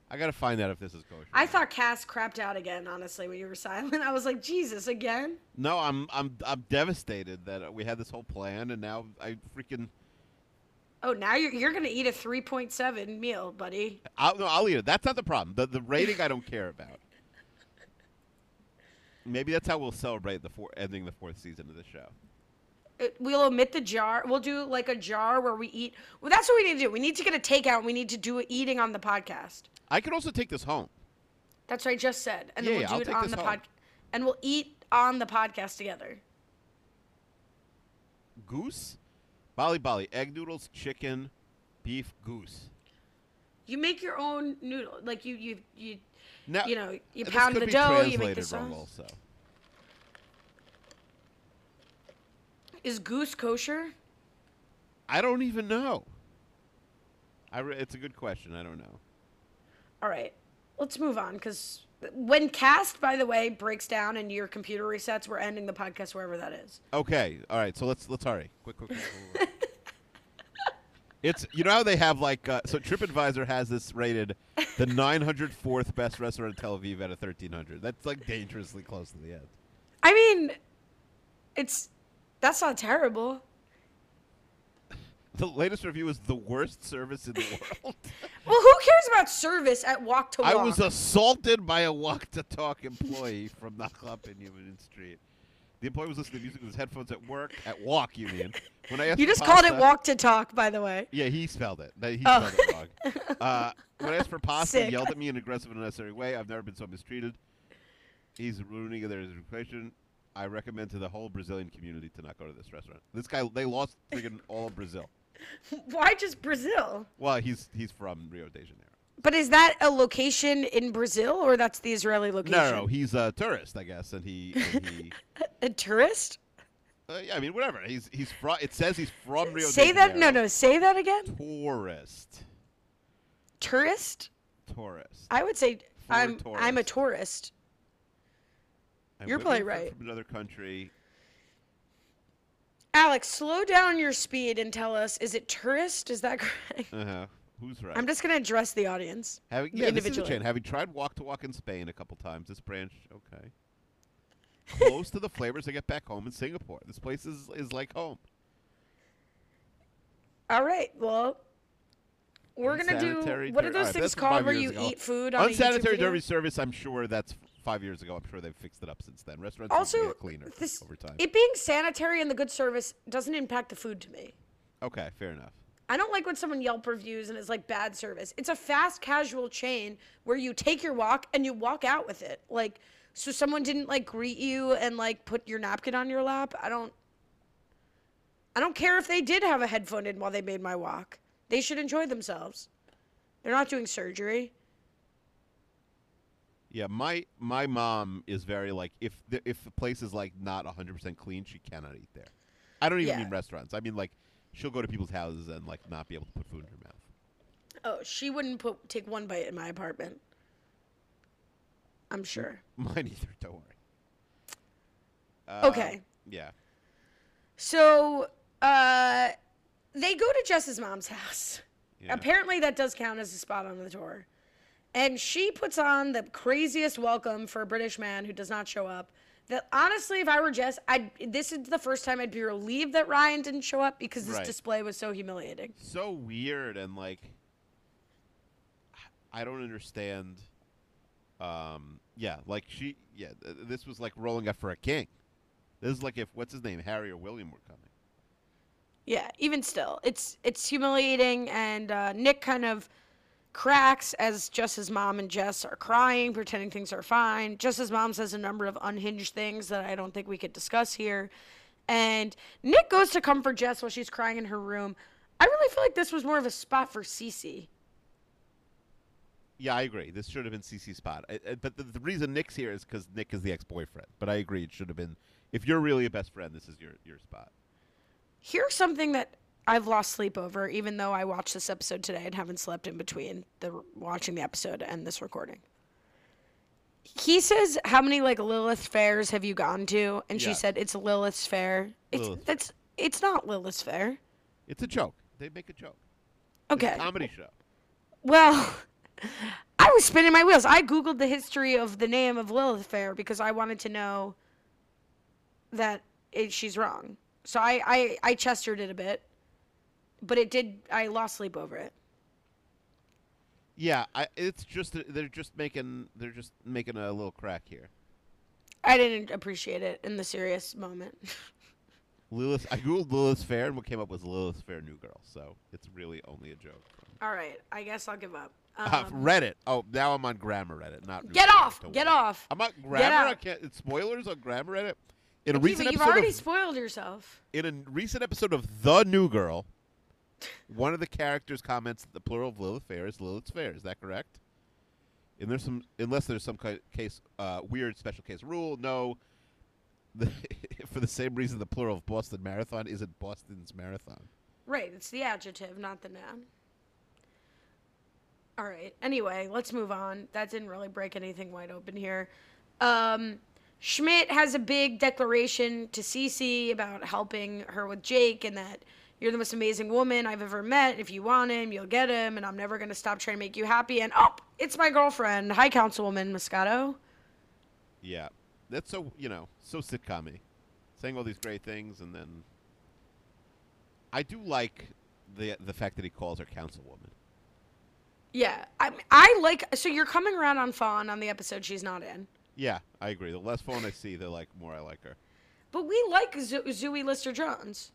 Speaker 3: I got to find out if this is kosher.
Speaker 2: I thought Cass crapped out again, honestly, when you were silent. (laughs) I was like, Jesus, again?
Speaker 3: no, I'm I'm I'm devastated that uh, we had this whole plan and now I freaking
Speaker 2: Oh, now you're, you're going to eat a 3.7 meal, buddy.
Speaker 3: I'll, no, I'll eat it. That's not the problem. The the rating I don't care about. Maybe that's how we'll celebrate the four, ending the fourth season of the show.
Speaker 2: Uh, We'll omit the jar. We'll do like a jar where we eat. Well, that's what we need to do. We need to get a takeout. We need to do eating on the podcast.
Speaker 3: I could also take this home.
Speaker 2: That's what I just said. And then
Speaker 3: Yeah,
Speaker 2: we'll
Speaker 3: yeah,
Speaker 2: do
Speaker 3: I'll
Speaker 2: it
Speaker 3: take
Speaker 2: on
Speaker 3: this
Speaker 2: the
Speaker 3: home.
Speaker 2: pod. And we'll eat on the podcast together.
Speaker 3: goose, bali bali, egg noodles, chicken, beef, goose.
Speaker 2: You make your own noodle. Like you, you, you,
Speaker 3: Now,
Speaker 2: you know, you
Speaker 3: this
Speaker 2: pound
Speaker 3: could
Speaker 2: the
Speaker 3: be
Speaker 2: dough, you make the
Speaker 3: translated wrong
Speaker 2: sauce.
Speaker 3: Also,
Speaker 2: Is goose kosher?
Speaker 3: I don't even know. I re- it's a good question. I don't know.
Speaker 2: All right, let's move on because when cast, by the way, breaks down and your computer resets, we're ending the podcast wherever that is.
Speaker 3: Okay, all right. So let's let's hurry. Quick, quick, quick.
Speaker 2: (laughs)
Speaker 3: quick, quick. it's you know how they have like uh, so TripAdvisor has this rated the 904th best restaurant in Tel Aviv out of 1300. That's like dangerously close to the end.
Speaker 2: I mean, it's that's not terrible.
Speaker 3: The latest review is the worst service in the (laughs) world.
Speaker 2: Well, who cares about service at walk to walk?
Speaker 3: I was assaulted by a walk to talk employee from Nakhla in Union Street. The employee was listening to music with his headphones at work at Walk Union. When I asked
Speaker 2: you
Speaker 3: for
Speaker 2: just called it
Speaker 3: pasta-
Speaker 2: walk to talk, by the way.
Speaker 3: Yeah, he spelled it. No, He
Speaker 2: Oh.
Speaker 3: spelled it
Speaker 2: (laughs)
Speaker 3: wrong. Uh, when I asked for pasta,
Speaker 2: Sick.
Speaker 3: he yelled at me in an aggressive and unnecessary way. I've never been so mistreated. He's ruining their education. I recommend to the whole Brazilian community to not go to this restaurant. This guy, they lost friggin' all of Brazil.
Speaker 2: Why just Brazil?
Speaker 3: Well, he's he's from Rio de Janeiro.
Speaker 2: But is that a location in Brazil or that's the Israeli location?
Speaker 3: No, no, no, he's a tourist, I guess, and he, and he
Speaker 2: a tourist?
Speaker 3: Uh, yeah, I mean, whatever. He's he's from. It says he's from Rio.
Speaker 2: say
Speaker 3: de
Speaker 2: that. No,
Speaker 3: Janeiro.
Speaker 2: no. Say that again.
Speaker 3: Tourist.
Speaker 2: Tourist?
Speaker 3: tourist.
Speaker 2: I would say
Speaker 3: For
Speaker 2: I'm I'm a
Speaker 3: tourists.
Speaker 2: tourist.
Speaker 3: I'm
Speaker 2: you're
Speaker 3: women
Speaker 2: probably
Speaker 3: from-
Speaker 2: right.
Speaker 3: From another country.
Speaker 2: Alex, slow down your speed and tell us: is it tourist? Is that (laughs) correct?
Speaker 3: Uh huh. Who's right?
Speaker 2: I'm just gonna address the audience.
Speaker 3: having yeah, this is the
Speaker 2: individually.
Speaker 3: chain. Having tried walk to walk in Spain a couple times, this branch okay. Close to the flavors I get back home in Singapore. This place is is like home.
Speaker 2: All right. Well, we're gonna
Speaker 3: Unsanitary
Speaker 2: do. What are
Speaker 3: derby-
Speaker 2: those
Speaker 3: alright,
Speaker 2: things
Speaker 3: uh, that's from five
Speaker 2: called where
Speaker 3: years
Speaker 2: you
Speaker 3: ago.
Speaker 2: eat food on
Speaker 3: Unsanitary
Speaker 2: a YouTube video?
Speaker 3: derby service. I'm sure that's f- five years ago. I'm sure they've fixed it up since then. Restaurants seem to
Speaker 2: Also,
Speaker 3: get cleaner
Speaker 2: this,
Speaker 3: over time.
Speaker 2: it being sanitary and the good service doesn't impact the food to me.
Speaker 3: okay, fair enough.
Speaker 2: I don't like when someone Yelp reviews and it's like bad service. It's a fast casual chain where you take your walk and you walk out with it. Like, so someone didn't like greet you and like put your napkin on your lap. I don't. I don't care if they did have a headphone in while they made my walk. They should enjoy themselves. They're not doing surgery.
Speaker 3: Yeah, my my mom is very like if the, if the place is like not 100% clean, she cannot eat there. I don't even
Speaker 2: Yeah.
Speaker 3: mean restaurants. I mean like she'll go to people's houses and like not be able to put food in her mouth. (laughs)
Speaker 2: Oh, she wouldn't put take one bite in my apartment. I'm sure.
Speaker 3: Mine either. Don't worry. Um,
Speaker 2: okay.
Speaker 3: Yeah.
Speaker 2: So uh, they go to Jess's mom's house.
Speaker 3: Yeah.
Speaker 2: Apparently, that does count as a spot on the tour. And she puts on the craziest welcome for a British man who does not show up. That honestly, if I were Jess, I'd, this is the first time I'd be relieved that Ryan didn't show up because this
Speaker 3: Right.
Speaker 2: display was so humiliating.
Speaker 3: So weird and like I don't understand. Um. Yeah. Like she. Yeah. th- This was like rolling up for a king. This is like if what's his name Harry or William were coming.
Speaker 2: Yeah, even still, it's it's humiliating, and uh, Nick kind of cracks as Jess's mom and Jess are crying, pretending things are fine. Jess's mom says a number of unhinged things that I don't think we could discuss here, and Nick goes to comfort Jess while she's crying in her room. I really feel like this was more of a spot for Cece.
Speaker 3: Yeah, I agree. This should have been CC's spot. I, I, but the, the reason Nick's here is because Nick is the ex-boyfriend. But I agree, it should have been. If you're really a best friend, this is your your spot.
Speaker 2: Here's something that I've lost sleep over, even though I watched this episode today and haven't slept in between the watching the episode and this recording. He says, "How many like Lilith fairs have you gone to?" And she
Speaker 3: Yeah.
Speaker 2: said, "It's Lilith's fair." It's
Speaker 3: Lilith Fair.
Speaker 2: that's it's not Lilith's fair.
Speaker 3: It's a joke. They make a joke. It's a
Speaker 2: Okay. (laughs)
Speaker 3: comedy show.
Speaker 2: Well, (laughs) I was spinning my wheels. I googled the history of the name of Lilith Fair because I wanted to know that it, she's wrong. So I, I I chestered it a bit, but it did. I lost sleep over it.
Speaker 3: Yeah, I, it's just that they're just making they're just making a little crack here.
Speaker 2: I didn't appreciate it in the serious moment. (laughs)
Speaker 3: Lilith, I googled Lilith Fair and what came up was Lilith Fair New Girl. So it's really only a joke.
Speaker 2: All right, I guess I'll give up. Um,
Speaker 3: Uh, Reddit. Oh, now I'm on grammar Reddit, not New
Speaker 2: get
Speaker 3: Girl,
Speaker 2: off!
Speaker 3: don't
Speaker 2: Get
Speaker 3: worry.
Speaker 2: off!
Speaker 3: I'm on
Speaker 2: out.
Speaker 3: grammar. I can't. Spoilers on grammar Reddit. In a
Speaker 2: Akiva,
Speaker 3: recent
Speaker 2: you've
Speaker 3: episode
Speaker 2: already
Speaker 3: of
Speaker 2: spoiled yourself.
Speaker 3: in a recent episode of The New Girl, one of the characters comments that the plural of Lilith Fair is Lilith's Fair. Is that correct? And there's some, unless there's some ki- case uh, weird special case rule. No, (laughs) the, for the same reason, the plural of Boston Marathon isn't Boston's Marathon.
Speaker 2: Right, it's the adjective, not the noun. All right. Anyway, let's move on. That didn't really break anything wide open here. Um, Schmidt has a big declaration to Cece about helping her with Jake and that you're the most amazing woman I've ever met. If you want him, you'll get him, and I'm never gonna stop trying to make you happy. And oh, it's my girlfriend. Hi, Councilwoman Moscato.
Speaker 3: Yeah, that's so you know so sitcom-y. saying all these great things and then. I do like the the fact that he calls her councilwoman.
Speaker 2: Yeah, I I like. So you're coming around on Fawn on the episode she's not in.
Speaker 3: Yeah, I agree. The less phone I see, the like more I like her.
Speaker 2: But we like Zo- Zoe Lister Jones.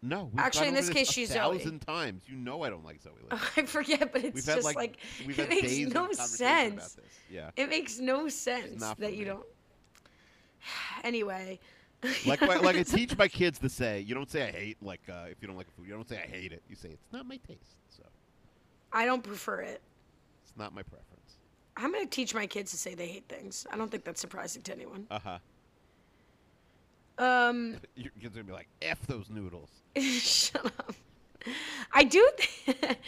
Speaker 3: No, we've
Speaker 2: Actually,
Speaker 3: gone
Speaker 2: in
Speaker 3: over
Speaker 2: this
Speaker 3: this
Speaker 2: case,
Speaker 3: a
Speaker 2: she's Zoe.
Speaker 3: thousand times. You know I don't like Zoe. Lynch.
Speaker 2: (laughs) I forget, but it's
Speaker 3: We've had
Speaker 2: just
Speaker 3: like,
Speaker 2: like, (laughs)
Speaker 3: we've
Speaker 2: it
Speaker 3: had days
Speaker 2: makes
Speaker 3: of
Speaker 2: no
Speaker 3: conversation about
Speaker 2: sense.
Speaker 3: this. Yeah,
Speaker 2: It makes no sense
Speaker 3: not for
Speaker 2: that you
Speaker 3: me.
Speaker 2: don't. (sighs) Anyway,
Speaker 3: like
Speaker 2: (laughs)
Speaker 3: why- like I teach my kids to say, you don't say I hate like uh, if you don't like a food, you don't say I hate it. You say it's not my taste, so
Speaker 2: I don't prefer it.
Speaker 3: it's not my preference.
Speaker 2: I'm gonna teach my kids to say they hate things. I don't think that's surprising to anyone.
Speaker 3: Uh huh.
Speaker 2: Um,
Speaker 3: (laughs) Your
Speaker 2: (laughs)
Speaker 3: kids are gonna be like, f those noodles.
Speaker 2: Shut up. I do. th- (laughs)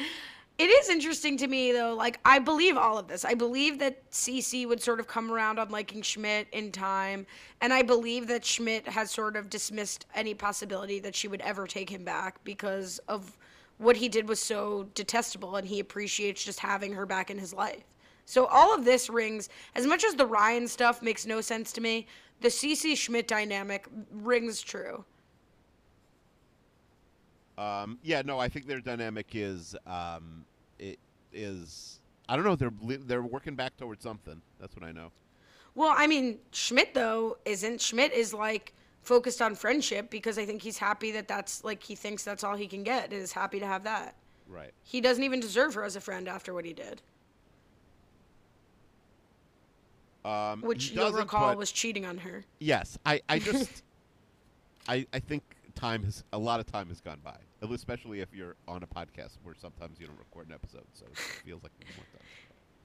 Speaker 2: It is interesting to me though. Like I believe all of this. I believe that CC would sort of come around on liking Schmidt in time, and I believe that Schmidt has sort of dismissed any possibility that she would ever take him back because of what he did was so detestable, and he appreciates just having her back in his life. So all of this rings as much as the Ryan stuff makes no sense to me. The CC Schmidt dynamic rings true.
Speaker 3: Um, yeah, no, I think their dynamic is um, it is. I don't know. They're li- they're working back towards something. That's what I know.
Speaker 2: Well, I mean, Schmidt though isn't. Schmidt is like focused on friendship because I think he's happy that that's like he thinks that's all he can get and is happy to have that.
Speaker 3: Right.
Speaker 2: He doesn't even deserve her as a friend after what he did,
Speaker 3: Um,
Speaker 2: which
Speaker 3: he
Speaker 2: you'll
Speaker 3: doesn't,
Speaker 2: recall
Speaker 3: but-
Speaker 2: was cheating on her.
Speaker 3: yes. I I just I I think time has a lot of time has gone by, especially if you're on a podcast where sometimes you don't record an episode, so it feels like there's more time.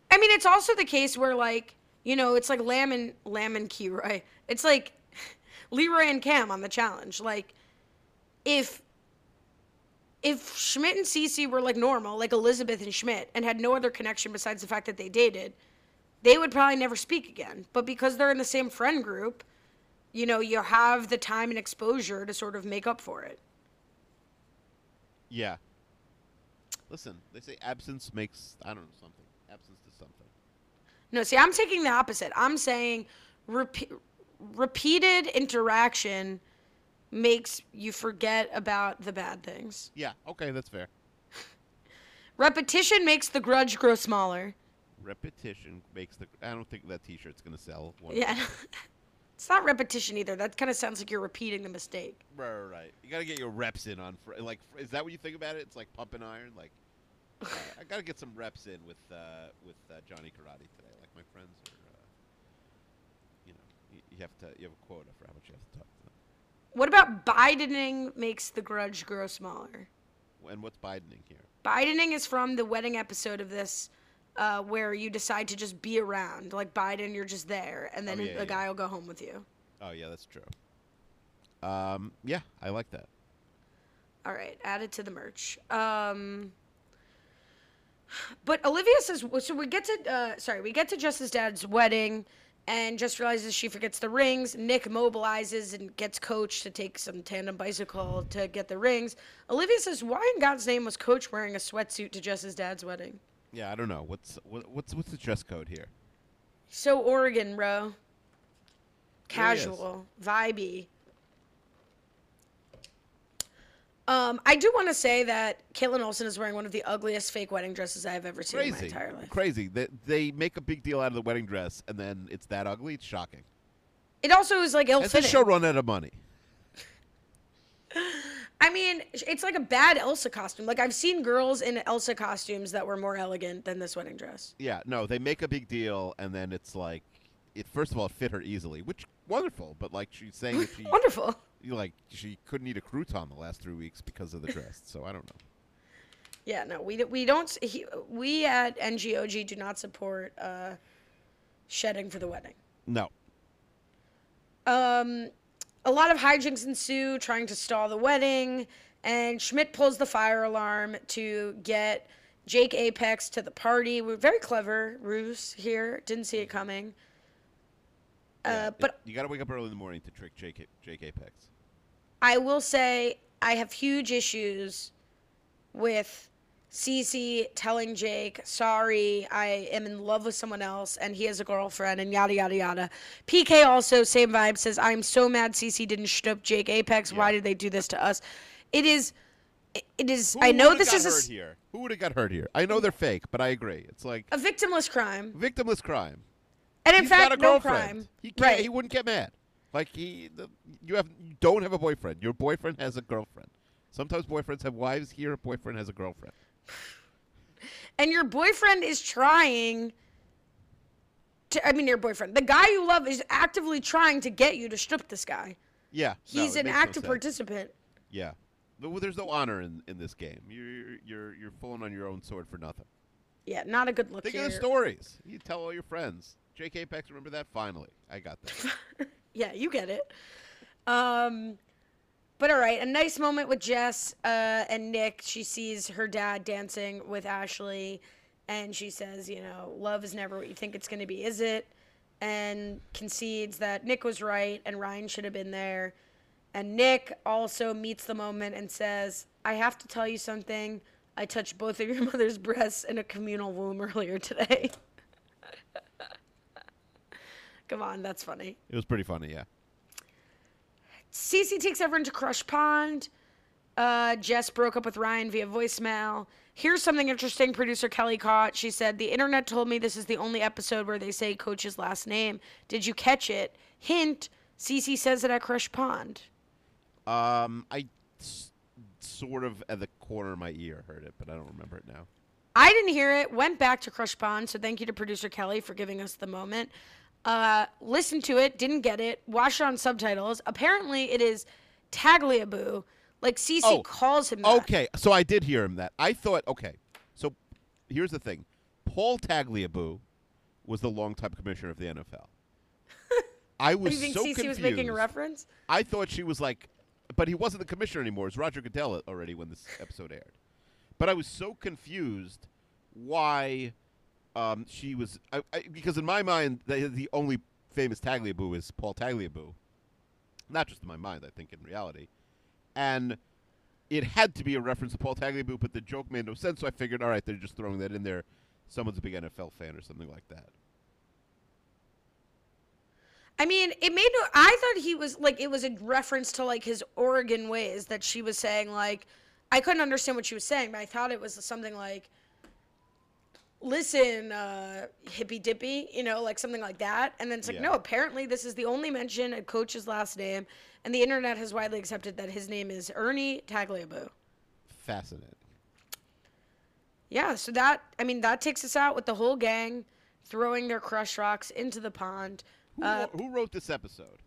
Speaker 2: I mean, it's also the case where like you know, it's like Lamb and Lamb and Leroy. It's like (laughs) Leroy and Cam on the challenge. Like if if Schmidt and Cece were like normal, like Elizabeth and Schmidt, and had no other connection besides the fact that they dated, they would probably never speak again. But because they're in the same friend group, you know, you have the time and exposure to sort of make up for it.
Speaker 3: Yeah. Listen, they say absence makes I don't know something. Absence to something.
Speaker 2: No, see, I'm taking the opposite. I'm saying repeat, repeated interaction makes you forget about the bad things.
Speaker 3: Yeah. Okay, that's fair.
Speaker 2: Repetition makes the grudge grow smaller.
Speaker 3: Repetition makes the. I don't think that T-shirt's gonna sell. One
Speaker 2: Yeah. (laughs) it's not repetition either. That kind of sounds like you're repeating the mistake.
Speaker 3: Right, right, right. You gotta get your reps in on. Fr- like, fr- is that what you think about it? It's like pumping iron.
Speaker 2: (laughs)
Speaker 3: Like, uh, I gotta get some reps in with uh, with uh, Johnny Karate today. Like my friends are. Uh, you know, you, you have to. You have a quota for how much you have to talk to them.
Speaker 2: What about Bidening makes the grudge grow smaller?
Speaker 3: And what's Bidening here?
Speaker 2: Bidening is from the wedding episode of this uh, where you decide to just be around. Like Biden, you're just there, and then
Speaker 3: Oh,
Speaker 2: the
Speaker 3: yeah, yeah.
Speaker 2: guy will go home with you.
Speaker 3: Oh yeah, that's true. Um, yeah, I like that.
Speaker 2: All right, add it to the merch. Um, but Olivia says so. We get to uh, sorry, we get to Jess's dad's wedding, and Jess realizes she forgets the rings. Nick mobilizes and gets Coach to take some tandem bicycle to get the rings. Olivia says, "Why in God's name was Coach wearing a sweatsuit to Jess's dad's wedding?"
Speaker 3: Yeah, I don't know. What's what, what's what's the dress code here?
Speaker 2: So Oregon, bro.
Speaker 3: Really is.
Speaker 2: Casual, vibey. Um, I do want to say that Caitlin Olsen is wearing one of the ugliest fake wedding dresses I have ever seen in my
Speaker 3: Crazy,
Speaker 2: entire life.
Speaker 3: crazy. They, they make a big deal out of the wedding dress, and then it's that ugly. It's shocking.
Speaker 2: It also is like
Speaker 3: Has the
Speaker 2: ill-fitting.
Speaker 3: show run out of money?
Speaker 2: I mean, sh- it's like a bad Elsa costume. Like I've seen girls in Elsa costumes that were more elegant than this wedding dress.
Speaker 3: Yeah, no, they make a big deal, and then it's like, it first of all, it fit her easily, which wonderful. But like she's
Speaker 2: (laughs)
Speaker 3: saying that she,
Speaker 2: Wonderful.
Speaker 3: like she couldn't eat a crouton the last three weeks because of the dress. So I don't know.
Speaker 2: Yeah, no, we d- we don't. s- He, we at NGOG do not support uh, shedding for the wedding.
Speaker 3: No,
Speaker 2: Um, a lot of hijinks ensue trying to stall the wedding, and Schmidt pulls the fire alarm to get Jake Apex to the party. We're very clever ruse here. Didn't see it coming.
Speaker 3: Yeah,
Speaker 2: Uh,
Speaker 3: it-
Speaker 2: but
Speaker 3: you got to wake up early in the morning to trick Jake, A- Jake Apex.
Speaker 2: I will say I have huge issues with Cece telling Jake, sorry, I am in love with someone else and he has a girlfriend and yada yada yada. PK also, same vibe, says, I'm so mad Cece didn't shtup Jake Apex. Why did they do this to us? It is it- it is
Speaker 3: Who
Speaker 2: I know
Speaker 3: would've
Speaker 2: this
Speaker 3: got
Speaker 2: is a,
Speaker 3: hurt
Speaker 2: s-
Speaker 3: here. Who would have got hurt here? I know they're fake, but I agree. It's like
Speaker 2: a victimless crime.
Speaker 3: victimless crime.
Speaker 2: And in
Speaker 3: He's
Speaker 2: fact,
Speaker 3: got a
Speaker 2: no
Speaker 3: girlfriend.
Speaker 2: crime.
Speaker 3: He can't,
Speaker 2: right.
Speaker 3: He wouldn't get mad. Like he, the, you have, you don't have a boyfriend. Your boyfriend has a girlfriend. Sometimes boyfriends have wives. Here, a boyfriend has a girlfriend.
Speaker 2: and your boyfriend is trying to I mean your boyfriend, the guy you love is actively trying to get you to strip this guy.
Speaker 3: Yeah, no,
Speaker 2: He's
Speaker 3: it
Speaker 2: an
Speaker 3: makes no
Speaker 2: active
Speaker 3: sense.
Speaker 2: participant.
Speaker 3: Yeah, Th- well, there's no honor in, in this game. You're you're you're falling on your own sword for nothing.
Speaker 2: Yeah, not a good look
Speaker 3: Think
Speaker 2: here.
Speaker 3: of the stories. You tell all your friends. Jake
Speaker 2: (laughs)
Speaker 3: Apex, remember that? Finally, I got that.
Speaker 2: Yeah, you get it. Um, But all right, a nice moment with Jess uh, and Nick. She sees her dad dancing with Ashley, and she says, "You know, love is never what you think it's going to be, is it?" And concedes that Nick was right and Ryan should have been there. And Nick also meets the moment and says, "I have to tell you something. I touched both of your (laughs) mother's breasts in a communal womb earlier today." (laughs) Come on, that's funny.
Speaker 3: It was pretty funny, yeah.
Speaker 2: Cece takes everyone to Crush Pond. Uh, Jess broke up with Ryan via voicemail. Here's something interesting producer Kelly caught. She said, The internet told me this is the only episode where they say Coach's last name. Did you catch it? Hint Cece says it at Crush Pond.
Speaker 3: Um, I s- sort of at the corner of my ear heard it, but I don't remember it now.
Speaker 2: I didn't hear it. Went back to Crush Pond, so thank you to producer Kelly for giving us the moment. Uh, listened to it, didn't get it. Watched it on subtitles. Apparently, it is Tagliabue. Like Cece
Speaker 3: Oh,
Speaker 2: calls him. That.
Speaker 3: Okay, so I did hear him that. I thought, okay, so here's the thing: Paul Tagliabue was the longtime commissioner of
Speaker 2: (laughs)
Speaker 3: the NFL. I was
Speaker 2: You think
Speaker 3: so
Speaker 2: Cece
Speaker 3: confused.
Speaker 2: was making a reference?
Speaker 3: I thought she was like, but he wasn't the commissioner anymore. It was Roger Goodell already when this episode aired. But I was so confused why um, she was I, I, because in my mind the, the only famous Tagliabue is Paul Tagliabue, not just in my mind. I think in reality, and it had to be a reference to Paul Tagliabue, but the joke made no sense. So I figured, all right, they're just throwing that in there. Someone's a big NFL fan or something like that.
Speaker 2: I mean, it made no. I thought he was like it was a reference to like his Oregon ways that she was saying. Like, I couldn't understand what she was saying, but I thought it was something like, "Listen, uh, hippy dippy," you know, like something like that. And then it's like,
Speaker 3: Yeah.
Speaker 2: no, apparently this is the only mention of Coach's last name, and the internet has widely accepted that his name is Ernie Tagliabue.
Speaker 3: Fascinating.
Speaker 2: Yeah, so that I mean that takes us out with the whole gang throwing their crush rocks into the pond.
Speaker 3: Who,
Speaker 2: Uh,
Speaker 3: wro- who wrote this episode?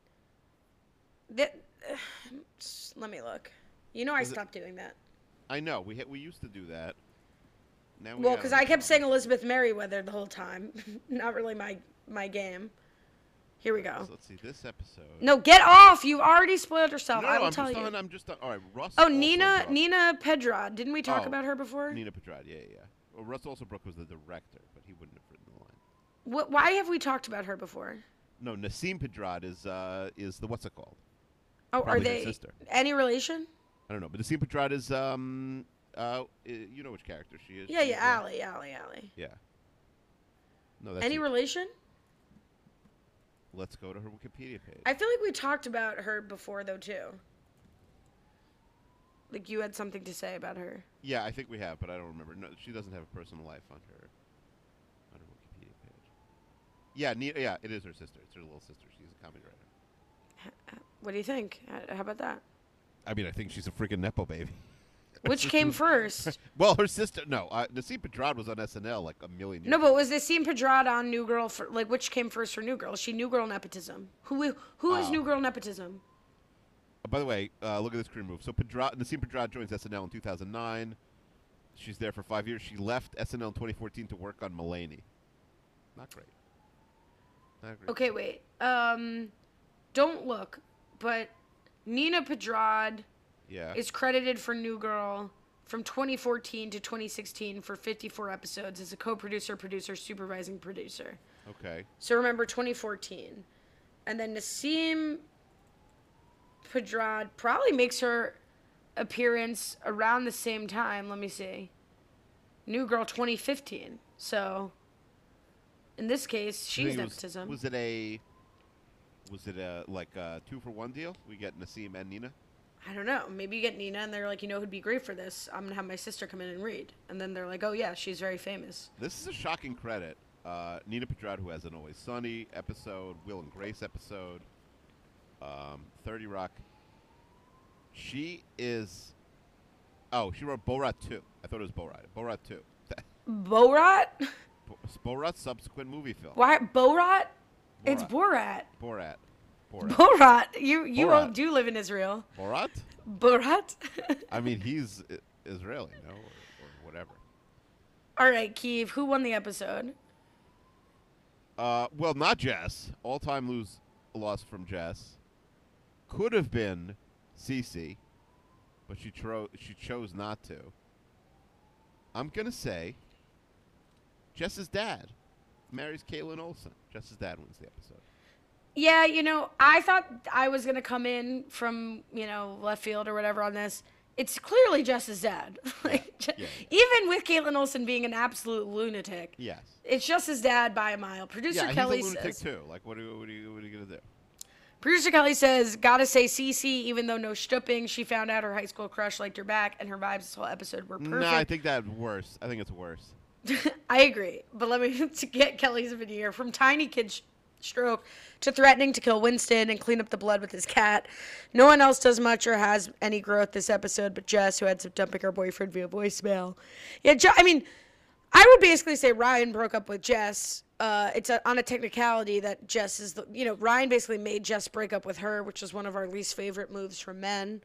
Speaker 2: (sighs) That, s- let me look. You know I stopped doing that.
Speaker 3: I know we ha- we used to do that. Now we
Speaker 2: Well,
Speaker 3: gotta
Speaker 2: because
Speaker 3: do
Speaker 2: I kept saying
Speaker 3: something.
Speaker 2: Elizabeth Merriweather the whole time. (laughs) Not really my my game. Here we go.
Speaker 3: So let's see this episode.
Speaker 2: No, get off! You already spoiled yourself.
Speaker 3: no,
Speaker 2: I will
Speaker 3: I'm
Speaker 2: tell
Speaker 3: just
Speaker 2: you.
Speaker 3: on. I'm just on. All right, Russ.
Speaker 2: oh,
Speaker 3: also
Speaker 2: Nina
Speaker 3: Brook.
Speaker 2: Nina Pedrad. Didn't we talk
Speaker 3: Oh,
Speaker 2: about her before?
Speaker 3: Nina Pedrad. Yeah, yeah. yeah. Well, Russ Olsenbrook was the director, but he wouldn't have written the line.
Speaker 2: What, why have we talked about her before?
Speaker 3: No, Nassim Pedrad is uh is the what's it called?
Speaker 2: Oh,
Speaker 3: Probably
Speaker 2: are
Speaker 3: her
Speaker 2: they
Speaker 3: sister.
Speaker 2: any relation?
Speaker 3: I don't know, but Nassim Pedrad is um uh i- you know which character she is.
Speaker 2: Yeah,
Speaker 3: She's,
Speaker 2: yeah,
Speaker 3: uh,
Speaker 2: Allie, Allie, Allie.
Speaker 3: Yeah. No, that's
Speaker 2: Any
Speaker 3: it.
Speaker 2: relation?
Speaker 3: Let's go to her Wikipedia page.
Speaker 2: I feel like we talked about her before though too. Like you had something to say about her.
Speaker 3: yeah, I think we have, but I don't remember. No, she doesn't have a personal life on her on her Wikipedia page. Yeah, Nina, yeah, it is her sister. It's her little sister. She's a comedy writer.
Speaker 2: What do you think? H- How about that?
Speaker 3: I mean, I think she's a freaking nepo baby. (laughs)
Speaker 2: Which came first?
Speaker 3: Well, her sister. No, uh, Nassim Pedrad was on SNL like a million years.
Speaker 2: No, but was the scene Pedrad on New Girl for like which came first for New Girl? She New Girl nepotism. Who who is New Girl nepotism?
Speaker 3: Uh, By the way, uh, look at this career move. So Pedrad, Nassim Pedrad joins SNL in 2009. She's there for five years. She left SNL in 2014 to work on Mulaney. Not great. Not great.
Speaker 2: Okay, wait. Um, don't look. But Nina Pedrad
Speaker 3: Yeah.
Speaker 2: is credited for New Girl from 2014 to 2016 for 54 episodes as a co-producer, producer, supervising producer.
Speaker 3: okay.
Speaker 2: So remember 2014. And then Nassim Pedrad probably makes her appearance around the same time. Let me see. New Girl 2015. So in this case,
Speaker 3: I think
Speaker 2: she's
Speaker 3: it was-
Speaker 2: nepotism.
Speaker 3: Was, it a? Was it a like a two for one deal? We get Nassim and Nina.
Speaker 2: I don't know. Maybe you get Nina and they're like, you know who'd be great for this? I'm going to have my sister come in and read. And then they're like, oh, yeah, she's very famous.
Speaker 3: This is a shocking credit. Uh, Nina Pedrad, who has an Always Sunny episode, Will and Grace episode, um, 30 Rock. She is. Oh, she wrote Borat 2. I thought it was Borat. Borat 2.
Speaker 2: Borat?
Speaker 3: Bo- Borat's subsequent movie film.
Speaker 2: Why? Borat? It's Borat.
Speaker 3: Borat. Borat. Borat.
Speaker 2: Borat. You you all
Speaker 3: Borat.
Speaker 2: do live in Israel.
Speaker 3: Borat?
Speaker 2: Borat? (laughs)
Speaker 3: I mean, he's I- Israeli, no? Or, or whatever.
Speaker 2: All right, Keeve, who won the episode?
Speaker 3: Uh, well, not Jess. All time lose loss from Jess. Could have been Cece, but she tro- she chose not to. I'm gonna say Jess's dad marries Caitlin Olsen. Jess's dad wins the episode.
Speaker 2: Yeah, you know, I thought I was gonna come in from you know left field or whatever on this. It's clearly Jess's dad. (laughs) like, Je-
Speaker 3: yeah,
Speaker 2: even with Caitlin Olsen being an absolute lunatic,
Speaker 3: Yes.
Speaker 2: it's just his dad by a mile.
Speaker 3: yeah,
Speaker 2: Producer
Speaker 3: he's
Speaker 2: Kelly
Speaker 3: a lunatic
Speaker 2: says.
Speaker 3: too. Like, what are, you- what are you what are you gonna do?
Speaker 2: Producer Kelly says, gotta say Cece, even though no stupping, she found out her high school crush liked her back, and her vibes this whole episode were perfect.
Speaker 3: No, I think that's worse. I think it's worse.
Speaker 2: I agree, but let me (laughs) to get Kelly's veneer from tiny kid sh- stroke to threatening to kill Winston and clean up the blood with his cat. No one else does much or has any growth this episode, but Jess, who ends up dumping her boyfriend via voicemail. Yeah, Jo- I mean, I would basically say Ryan broke up with Jess. Uh, it's a, on a technicality that Jess is the you know Ryan basically made Jess break up with her, which is one of our least favorite moves from men.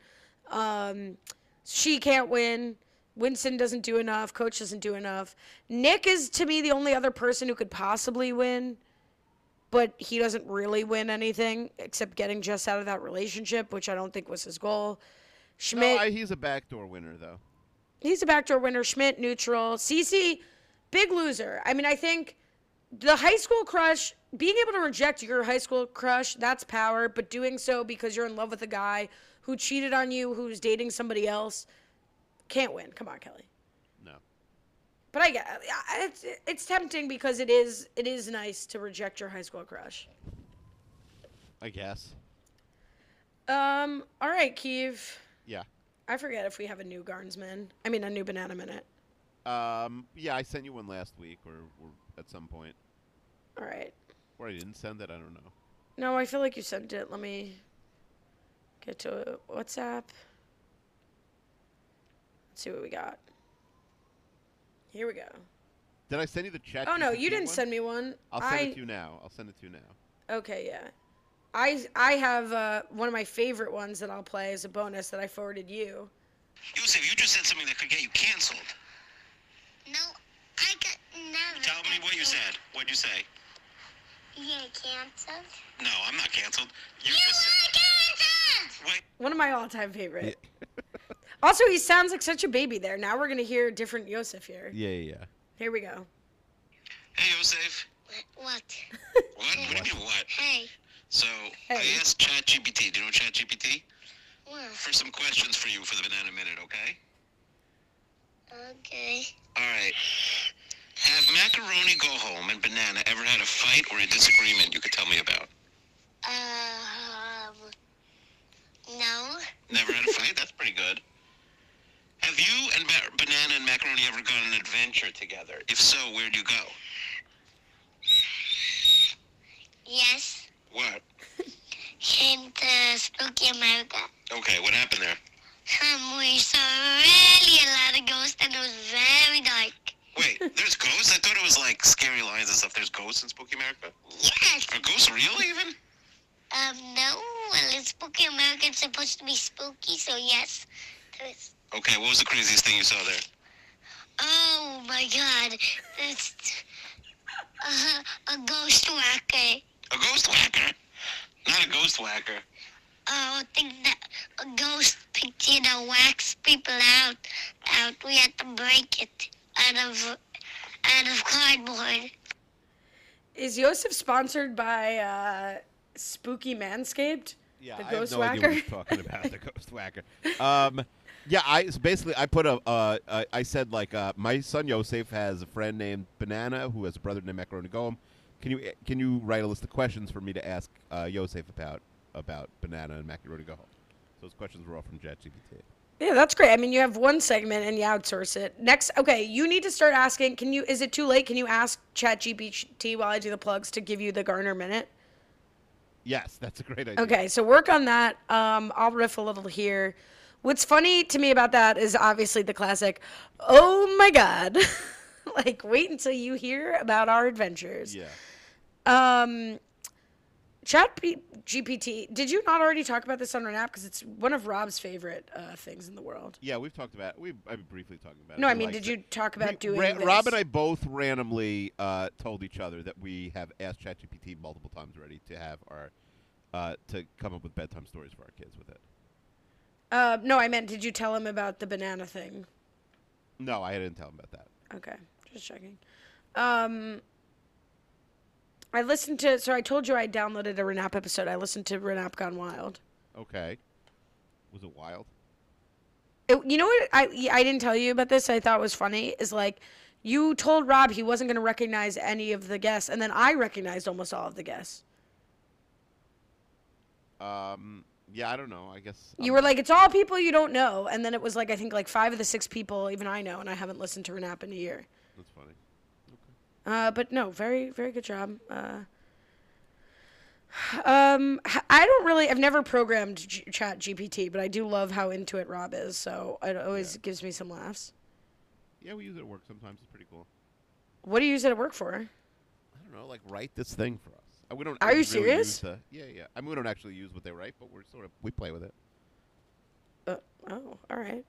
Speaker 2: Um, she can't win. Winston doesn't do enough. Coach doesn't do enough. Nick is to me the only other person who could possibly win, but he doesn't really win anything except getting Jess out of that relationship, which I don't think was his goal.
Speaker 3: No,
Speaker 2: Schmidt,
Speaker 3: I, he's a backdoor winner though.
Speaker 2: he's a backdoor winner. Schmidt neutral. Cece, big loser. I mean, I think the high school crush, being able to reject your high school crush, that's power. But doing so because you're in love with a guy who cheated on you, who's dating somebody else, can't win. Come on, Kelly.
Speaker 3: No.
Speaker 2: But I get I- it's it's tempting because it is it is nice to reject your high school crush.
Speaker 3: I guess.
Speaker 2: Um. All right, Keeve.
Speaker 3: Yeah.
Speaker 2: I forget if we have a new Garnsman. I mean, a new Banana Minute.
Speaker 3: Um. Yeah, I sent you one last week, or, or at some point,
Speaker 2: All right.
Speaker 3: or I didn't send it. I don't know.
Speaker 2: No, I feel like you sent it. Let me get to WhatsApp. Let's see what we got. Here we go.
Speaker 3: Did I send you the chat?
Speaker 2: Oh no, you didn't send me one.
Speaker 3: I'll send
Speaker 2: I,
Speaker 3: it to you now. I'll send it to you now.
Speaker 2: Okay, yeah. I I have uh, one of my favorite ones that I'll play as a bonus that I forwarded you.
Speaker 5: Yusuf, you just said something that could get you canceled.
Speaker 6: No, I got never.
Speaker 5: Tell me what you said. What'd you say?
Speaker 6: You gonna cancel?
Speaker 5: No, I'm not canceled. You
Speaker 6: You
Speaker 5: just
Speaker 6: are canceled.
Speaker 5: wait.
Speaker 2: One of my all-time favorite. also, he sounds like such a baby there. Now we're gonna hear a different Yosef here.
Speaker 3: Yeah, yeah, yeah.
Speaker 2: Here we go.
Speaker 5: Hey, Yosef.
Speaker 6: What?
Speaker 5: What? What, do you mean what?
Speaker 6: Hey,
Speaker 5: So
Speaker 2: Hey.
Speaker 5: I asked ChatGPT. Do you know ChatGPT?
Speaker 6: what?
Speaker 5: For some questions for you for the banana minute, okay?
Speaker 6: Okay.
Speaker 5: All right. Have macaroni go home and banana ever had a fight or a disagreement you could tell me about?
Speaker 6: Um, no.
Speaker 5: Never had a fight? That's pretty good. Have you and ba- Banana and Macaroni ever gone on an adventure together? If so, where'd you go?
Speaker 6: Yes.
Speaker 5: What?
Speaker 6: Came to Spooky America.
Speaker 5: Okay, what happened there?
Speaker 6: Um, we saw really a lot of ghosts and it was very dark.
Speaker 5: Wait, there's ghosts? I thought it was like scary lines and stuff. There's ghosts in Spooky America?
Speaker 6: Yes.
Speaker 5: Are ghosts real even?
Speaker 6: Um, no. Well, in Spooky America, it's supposed to be spooky, so yes. There's
Speaker 5: Okay, what was the craziest thing you saw there?
Speaker 6: Oh my god. It's uh, a ghost whacker.
Speaker 5: A ghost whacker? Not a ghost whacker.
Speaker 6: Oh, I think that a ghost picked you know wax people out. Out. We had to break it out of out of cardboard.
Speaker 2: Is Yosef sponsored by uh, Spooky Manscaped?
Speaker 3: Yeah,
Speaker 2: The
Speaker 3: I have
Speaker 2: Ghost
Speaker 3: no idea what
Speaker 2: Whacker?
Speaker 3: you're talking
Speaker 2: (laughs)
Speaker 3: about. the ghost whacker. Um, yeah, I so basically I put a uh, I, I said like uh, my son Yosef has a friend named Banana who has a brother named Macaroni Golem. Can you can you write a list of questions for me to ask uh, Yosef about about Banana and Macaroni Golem? Those questions were all from ChatGPT.
Speaker 2: Yeah, that's great. I mean, you have one segment and you outsource it. Next, okay, you need to start asking. Can you? Is it too late? Can you ask ChatGPT while I do the plugs to give you the Garner minute?
Speaker 3: Yes, that's a great idea.
Speaker 2: Okay, so work on that. Um, I'll riff a little here. What's funny to me about that is obviously the classic, oh my God. (laughs) like, wait until you hear about our adventures. (laughs)
Speaker 3: Yeah.
Speaker 2: Um, Chat P- GPT, did you not already talk about this on Renap? Because it's one of Rob's favorite uh, things in the world.
Speaker 3: Yeah, we've talked about we I briefly talked about it.
Speaker 2: No, I
Speaker 3: Uh, He
Speaker 2: mean,
Speaker 3: likes
Speaker 2: did
Speaker 3: it.
Speaker 2: you talk about
Speaker 3: We-
Speaker 2: doing
Speaker 3: Ra- Rob
Speaker 2: this?
Speaker 3: and I both randomly uh, told each other that we have asked ChatGPT multiple times already to have our uh, to come up with bedtime stories for our kids with it.
Speaker 2: Uh, no, I meant, did you tell him about the banana thing?
Speaker 3: No, I didn't tell him about that.
Speaker 2: Okay, just checking. Um, I listened to. So I told you I downloaded a Renap episode. I listened to Renap Gone Wild.
Speaker 3: Okay. Was it wild?
Speaker 2: It- you know what? I yeah, I didn't tell you about this. I thought was funny. Is like, you told Rob he wasn't going to recognize any of the guests, and then I recognized almost all of the guests.
Speaker 3: Um, yeah, I don't know. I guess
Speaker 2: You were like, it's all people you don't know, and then it was like I think like five of the six people even I know, and I haven't listened to Renap in a year.
Speaker 3: that's funny.
Speaker 2: Uh, but no, very, very good job. Uh, (sighs) um, h- I don't really, I've never programmed G- Chat GPT, but I do love how into it Rob is, so it always gives me some laughs.
Speaker 3: Yeah, we use it at work sometimes. It's pretty cool.
Speaker 2: What do you use it at work for?
Speaker 3: I don't know, like write this thing for us. Uh, We don't.
Speaker 2: Are
Speaker 3: really
Speaker 2: you
Speaker 3: use
Speaker 2: serious?
Speaker 3: the- yeah, yeah. I mean, we don't actually use what they write, but we're sort of we play with it.
Speaker 2: Uh, oh, all right.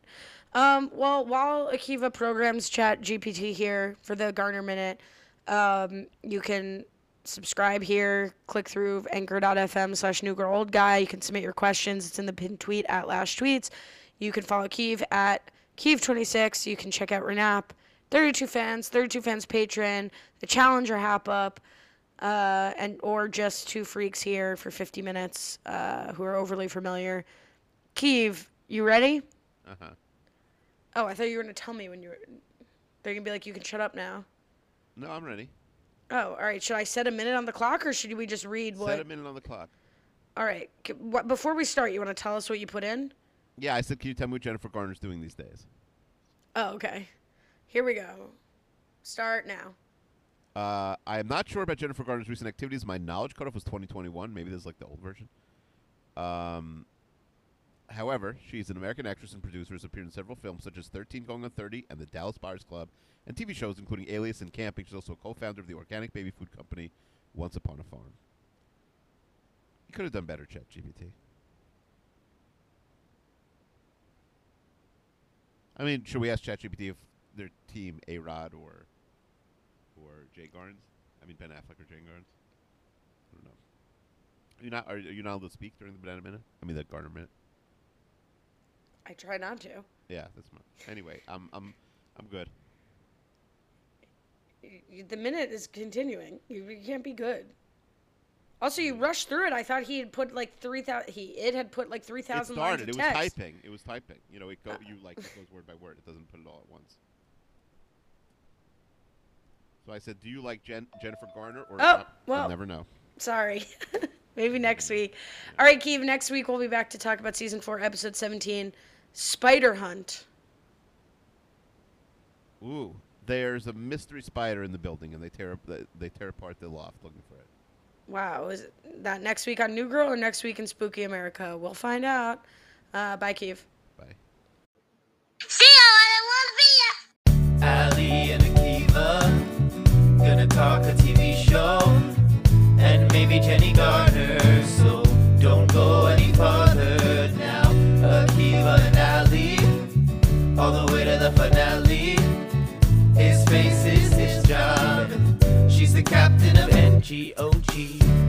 Speaker 2: Um, well, while Akiva programs Chat GPT here for the Garner Minute, um, you can subscribe here, click through anchor.fm slash new girl old guy. You can submit your questions. It's in the pinned tweet at Lash Tweets. You can follow Keeve at Keeve26. You can check out Renap, 32 fans, 32 fans patron, the Challenger Hap Up uh, and or just two freaks here for 50 minutes uh, who are overly familiar. Kiev, you ready?
Speaker 3: Uh-huh.
Speaker 2: Oh, I thought you were gonna tell me when you were. They're gonna be like, you can shut up now.
Speaker 3: No, I'm ready.
Speaker 2: Oh, all right. Should I set a minute on the clock, or should we just read what?
Speaker 3: Set a minute on the clock.
Speaker 2: All right. c- What, before we start, you want to tell us what you put in?
Speaker 3: Yeah, I said, can you tell me what Jennifer Garner's doing these days?
Speaker 2: Oh, okay. Here we go. Start now.
Speaker 3: Uh, I am not sure about Jennifer Garner's recent activities. My knowledge cutoff was 2021. Maybe this is like the old version. Um, however, she's an American actress and producer, has appeared in several films such as 13 Going on 30 and The Dallas Buyers Club, and TV shows including Alias and Camping. She's also a co founder of the organic baby food company Once Upon a Farm. You could have done better, Chet GPT. I mean, should we ask ChatGPT if their team A Rod or or Jay Garns? I mean Ben Affleck or Jay Garns? I don't know. Are you not are, are you not allowed to speak during the banana minute? I mean the Garner minute.
Speaker 2: I try not to.
Speaker 3: Yeah, that's mine. Anyway, I'm I'm I'm good.
Speaker 2: Y- y- The minute is continuing. You, you can't be good. Also,
Speaker 3: Hmm.
Speaker 2: you rushed through it. I thought he had put like three thousand. He it had put like three
Speaker 3: It
Speaker 2: thousand lines
Speaker 3: started.
Speaker 2: of
Speaker 3: It was
Speaker 2: text. Uh.
Speaker 3: typing. It was typing. You know, it go you like it goes word by word. It doesn't put it all at once. So I said, "Do you like Jen- Jennifer Garner or?" not?"
Speaker 2: Oh, well.
Speaker 3: I'll never know.
Speaker 2: Sorry. (laughs) Maybe next week. All right, Keeve. Next week we'll be back to talk about season four, episode seventeen, Spider Hunt.
Speaker 3: Ooh, there's a mystery spider in the building, and they tear up the, they tear apart the loft looking for it.
Speaker 2: Wow, is that next week on New Girl or next week in Spooky America? We'll find out. Uh, bye, Keeve.
Speaker 3: Bye.
Speaker 6: See you on the one video.
Speaker 1: Ali and Akiva. Gonna talk a TV show. And maybe Jenny Garner. So don't go any farther now. Akiva and Ali. All the way to the finale. His face is his job. She's the captain of NGOG.